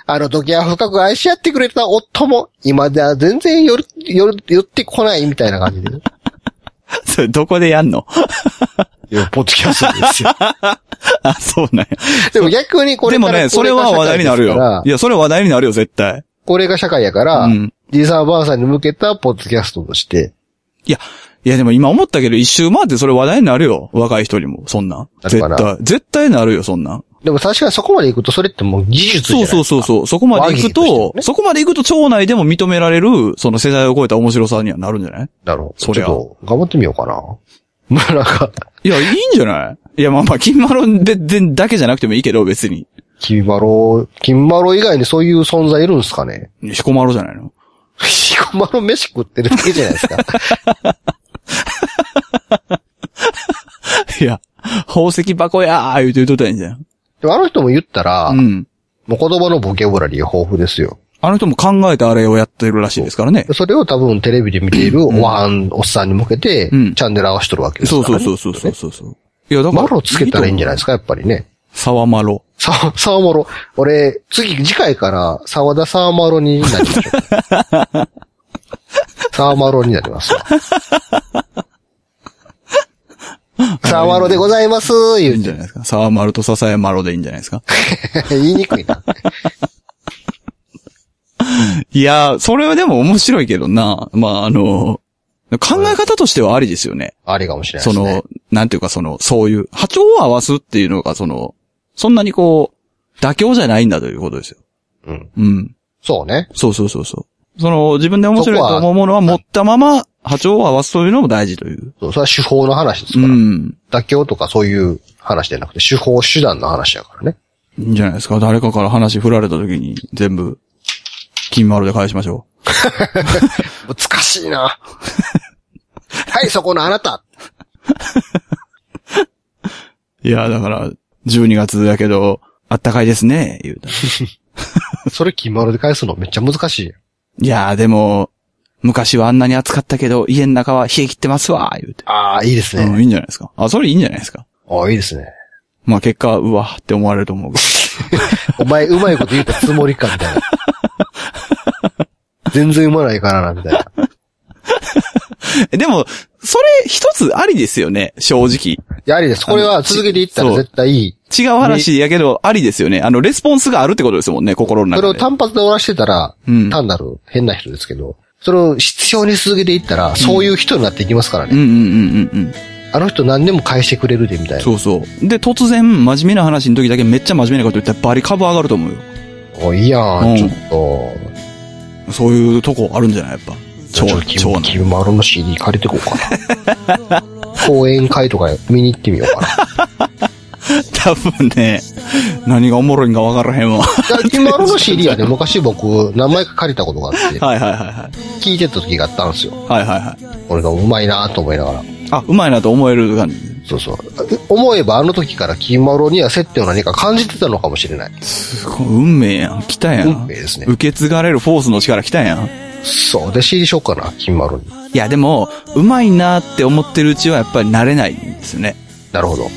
Speaker 2: あの時は深く愛し合ってくれた夫も、今では全然寄る、寄る、寄ってこないみたいな
Speaker 3: [LAUGHS]
Speaker 2: 感じで。
Speaker 3: それどこでやんの [LAUGHS]
Speaker 2: いや、ポッドキャストですよ。
Speaker 3: あ、そうなんや。
Speaker 2: [LAUGHS] でも逆にこれ
Speaker 3: でも
Speaker 2: から
Speaker 3: ね、それは話題にな
Speaker 2: こ
Speaker 3: る
Speaker 2: れが社会ですから
Speaker 3: よ。いや、それは話題になるよ、絶対。
Speaker 2: これが社会やから、
Speaker 3: うん
Speaker 2: じいさんばあさんに向けたポッドキャストとして、
Speaker 3: いや、いやでも今思ったけど、一周回ってそれ話題になるよ。若い人にも、そんなん。
Speaker 2: なる
Speaker 3: 絶
Speaker 2: かな
Speaker 3: 対。絶対なるよ、そんなん。
Speaker 2: でも確かにそこまで行くと、それってもう技術じゃな
Speaker 3: そ
Speaker 2: いう
Speaker 3: そうそうそう。そこまで行
Speaker 2: 和
Speaker 3: く
Speaker 2: 芸とし
Speaker 3: と
Speaker 2: て、ね
Speaker 3: そこまで行くと町内でも認められる、その世代を超えた面白さにはなるんじゃない
Speaker 2: なるほど。
Speaker 3: そりゃ
Speaker 2: ちょっと、頑張ってみようかな。まあなんか、
Speaker 3: いや、いいんじゃないいや、まあまあ、金丸で、で、だけじゃなくてもいいけど、別に。
Speaker 2: 金マロ、金マロ以外にそういう存在いるんですか
Speaker 3: [LAUGHS]
Speaker 2: ね
Speaker 3: しこまろじゃないの [LAUGHS]
Speaker 2: しこまろ飯食ってるだけじゃないですか。
Speaker 3: いや、宝石箱やー言うて言うとったらいいんじゃん。
Speaker 2: でもあの人も言ったら、
Speaker 3: [LAUGHS] うん。
Speaker 2: もう言葉のボキャブラリー豊富ですよ。
Speaker 3: あの人も考えたあれをやってるらしいですからね。
Speaker 2: それを多分テレビで見ているおはん、おっさんに向けて、
Speaker 3: うん
Speaker 2: チャンネル合わしとるわけですか
Speaker 3: そ
Speaker 2: ら、
Speaker 3: う
Speaker 2: ね。
Speaker 3: そうそうそうそうそうそう。いや、だから。
Speaker 2: マロつけたらいいんじゃないですか、やっぱりね。
Speaker 3: 沢マロ。
Speaker 2: さ、沢マロ。俺、次、次回から、沢田沢マロになりましょう。
Speaker 3: [LAUGHS]
Speaker 2: 沢マロになりますわ。沢マロでございます、
Speaker 3: い
Speaker 2: 言
Speaker 3: いん
Speaker 2: う
Speaker 3: じゃないですか。沢丸と笹山丸でいいんじゃないですか。
Speaker 2: て。言いにくいな。
Speaker 3: いやー、それはでも面白いけどな。まあ、あの、考え方としてはありですよね。
Speaker 2: ありかもしれない
Speaker 3: そ
Speaker 2: ですね。
Speaker 3: の、なんていうかその、そういう、波長を合わすっていうのが、その、そんなにこう、妥協じゃないんだということですよ。
Speaker 2: うん。
Speaker 3: うん。
Speaker 2: そうね。
Speaker 3: そうそうそうそう。その、自分で面白いと思うものは持ったまま、波長を合わすというのも大事という。
Speaker 2: そうそれは手法の話です
Speaker 3: う
Speaker 2: から。
Speaker 3: ん。
Speaker 2: 妥協とかそういう話じゃなくて、手法、手段の話やからね。
Speaker 3: いいんじゃないですか。誰かから話振られた時に、全部、金丸で返しましょう。
Speaker 2: 難しい
Speaker 3: [LAUGHS]
Speaker 2: な。はい、そこのあなた。
Speaker 3: いや、だから、12月だけど、あったかいですね、言
Speaker 2: [LAUGHS]
Speaker 3: うたら。
Speaker 2: それ金丸で返すのめっちゃ難しいよ。
Speaker 3: いやーでも、昔はあんなに暑かったけど、家の中は冷え切ってますわ、言うて。
Speaker 2: ああ、いいです
Speaker 3: うん、
Speaker 2: ね。
Speaker 3: いいんじゃないですか。あ、それいいんじゃないですか。
Speaker 2: ああ、いいですね。
Speaker 3: まあ結果、うわって思われると思うけ [LAUGHS]
Speaker 2: お前、うまいこと言ったつもりか、みたいな。全然うまないからな、みたいな。
Speaker 3: どえでも、それ一つありですよね、正直。
Speaker 2: いや、ありです。これは続けていったら
Speaker 3: そう
Speaker 2: 絶対いい。
Speaker 3: 違う話やけど、ありですよね。あの、レスポンスがあるってことですもんね、心の
Speaker 2: それ
Speaker 3: 中
Speaker 2: を
Speaker 3: で。
Speaker 2: 単発で終わらしてたら、
Speaker 3: うん
Speaker 2: 単なる変な人ですけど、それを必要に続けていったら、そういう人になっていきますから
Speaker 3: う
Speaker 2: ね。
Speaker 3: んうんうんうんうん。
Speaker 2: あの人何でも返してくれるで、みたいな。
Speaker 3: そうそう。で、突然、真面目な話の時だけめっちゃ真面目なこと言ったらバリ株上がると思うよ。
Speaker 2: おいいや
Speaker 3: うん
Speaker 2: ん、ちょっと。
Speaker 3: そういうとこあるんじゃないやっぱ。
Speaker 2: ち
Speaker 3: 超
Speaker 2: ょっと、、
Speaker 3: 超
Speaker 2: 金
Speaker 3: な。
Speaker 2: 金丸の CD 借りてこうか
Speaker 3: [LAUGHS]
Speaker 2: な。講演会とか見に行ってみようかな。
Speaker 3: [LAUGHS] 多分ね、何がおもろいんかわからへんわ。 [LAUGHS] は
Speaker 2: だから金丸の CD はね、昔僕、何枚か借りたことがあって
Speaker 3: い、はいはいはい。
Speaker 2: 聞いてた時があったんですよ。
Speaker 3: はいはいはい。
Speaker 2: 俺がうまいなと思いながら。
Speaker 3: あ、うまいなと思える感じ。
Speaker 2: そうそう。思えばあの時から金丸には接点を何か感じてたのかもしれない。
Speaker 3: すごい、運命やん。来たやん。
Speaker 2: 運命ですね
Speaker 3: 受け継がれるフォースの力来たやん。
Speaker 2: そう。で、CD しようかな、金丸に。
Speaker 3: いや、でも、うまいなって思ってるうちはやっぱり慣れないんですよね。
Speaker 2: なるほど。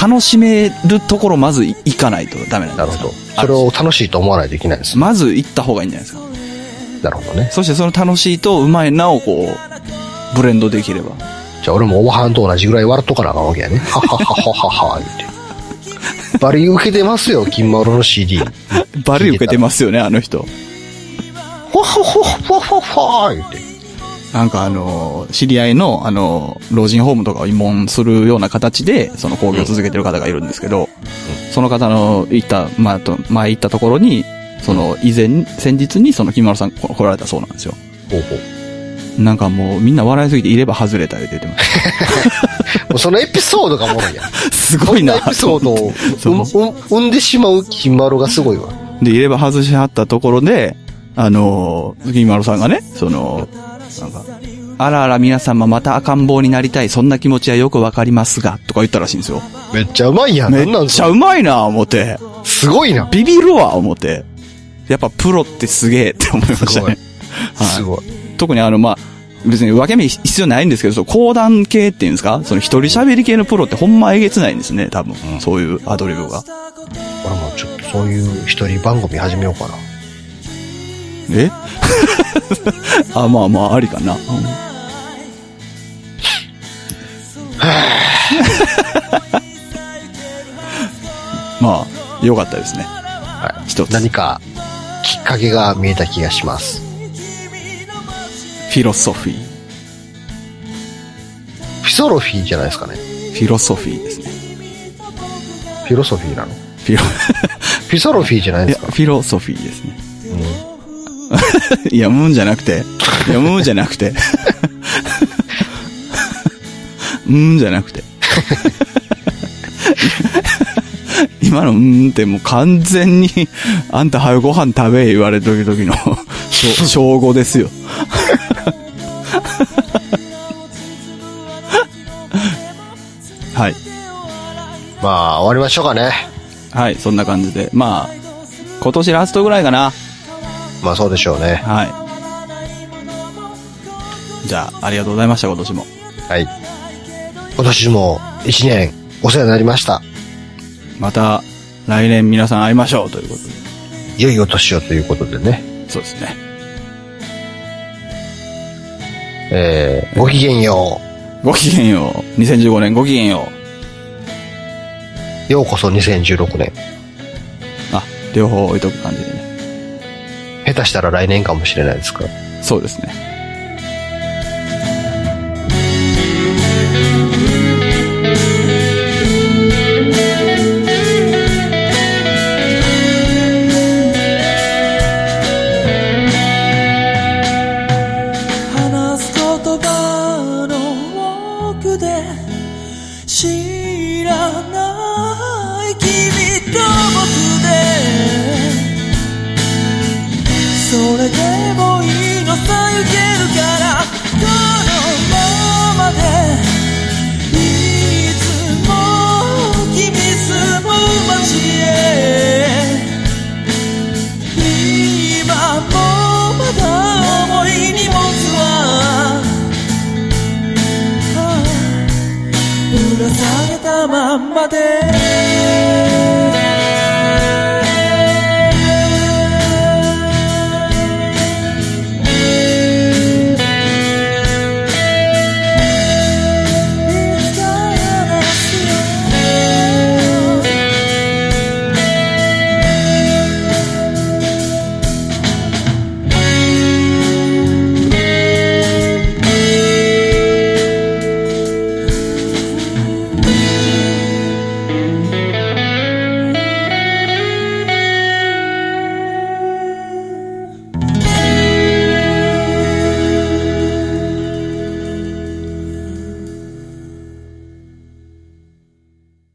Speaker 3: 楽しめるところまずいかないとダメなん
Speaker 2: な
Speaker 3: で
Speaker 2: る
Speaker 3: す
Speaker 2: ほ
Speaker 3: よ
Speaker 2: ど。それを楽しいと思わないといけないです。
Speaker 3: まず行った方がいいんじゃないですか。
Speaker 2: なるほどね。
Speaker 3: そしてその楽しいとうまいなをこう、ブレンドできれば。
Speaker 2: じゃあ俺もおばはんと同じぐらい笑っとかなあかんわけやね。はははははは、言うて。バリ受けてますよ、金丸の CD。
Speaker 3: バリ受けてますよね、あの人。
Speaker 2: ほほほほほほ言って。
Speaker 3: なんかあの、知り合いの、あの、老人ホームとかを慰問するような形で、その講義を続けてる方がいるんですけど、その方の行った、まあ、と前行ったところに、その、以前、先日にその、木村さんこ来られたそうなんですよ。
Speaker 2: ほうほう。
Speaker 3: なんかもう、みんな笑いすぎていれば外れた言うて言ってまし
Speaker 2: もうそのエピソードがおもろいやん。
Speaker 3: た。 [LAUGHS] すごいな
Speaker 2: そんエピソードを
Speaker 3: と思って
Speaker 2: う、う、生んでしまう金丸がすごいわ。
Speaker 3: で、入れ歯外しはったところで、あのー、杉丸さんがね、その、なんか、あらあら皆様また赤ん坊になりたい、そんな気持ちはよくわかりますが、とか言ったらしいんですよ。
Speaker 2: めっちゃうまいやん。
Speaker 3: め
Speaker 2: なんな
Speaker 3: っ
Speaker 2: ん
Speaker 3: ち
Speaker 2: そ
Speaker 3: ゃ
Speaker 2: れ
Speaker 3: うまいな思って。
Speaker 2: すごいな。
Speaker 3: ビビるわ思って。やっぱプロってすげえって思いましたね。
Speaker 2: すごい。
Speaker 3: 特にあの、まあ、別に分け目必要ないんですけど、そう、講談系っていうんですかその一人喋り系のプロってほんまえげつないんですね、多分。そういうアドリブが。
Speaker 2: 俺もちょっとそういう一人番組始めようかな。
Speaker 3: え [LAUGHS] あ、まあまあ、ありかな。うん [LAUGHS] まあ、よかったですね。
Speaker 2: はい。
Speaker 3: 一つ。
Speaker 2: 何かきっかけが見えた気がします。
Speaker 3: フィロソフィー。
Speaker 2: フィソロフィーじゃないですかね。
Speaker 3: フィロソフィーですね。
Speaker 2: フィロソフィーなの。フ
Speaker 3: フィロ、
Speaker 2: ィソロフィーじゃない
Speaker 3: い
Speaker 2: で
Speaker 3: や、
Speaker 2: す
Speaker 3: フ
Speaker 2: か。
Speaker 3: ィロソフィーですね。 [LAUGHS] いや、ムーンじゃなくて。いや、ムーンじゃなくて。 [LAUGHS] ムーンじゃなくて。 [LAUGHS] 今の、うーんってもう完全に、あんた早くご飯食べ言われてる時の、しょ小語ですよ。はい。
Speaker 2: まあ、終わりましょうかね。
Speaker 3: はい、そんな感じで。まあ、今年ラストぐらいかな。
Speaker 2: まあ、そうでしょうね。
Speaker 3: はい。じゃあ、ありがとうございました、今年も。
Speaker 2: はい。今年も一年お世話になりました。
Speaker 3: また、来年皆さん会いましょう、ということで。
Speaker 2: 良いお年をということでね。
Speaker 3: そうですね。
Speaker 2: えー、ごきげんよ
Speaker 3: ごきげんよう。2015年ごきげんよう。
Speaker 2: う。ようこそ2016年。
Speaker 3: あ、両方置いとく感じでね。
Speaker 2: 下手したら来年かもしれないですから。
Speaker 3: そうですね。
Speaker 4: 話す言葉の奥で知らない君と僕でそれでもいいのさ行けるからこのままでいつも君住む街へ今もまだ重い荷物はああぶら下げたまんまで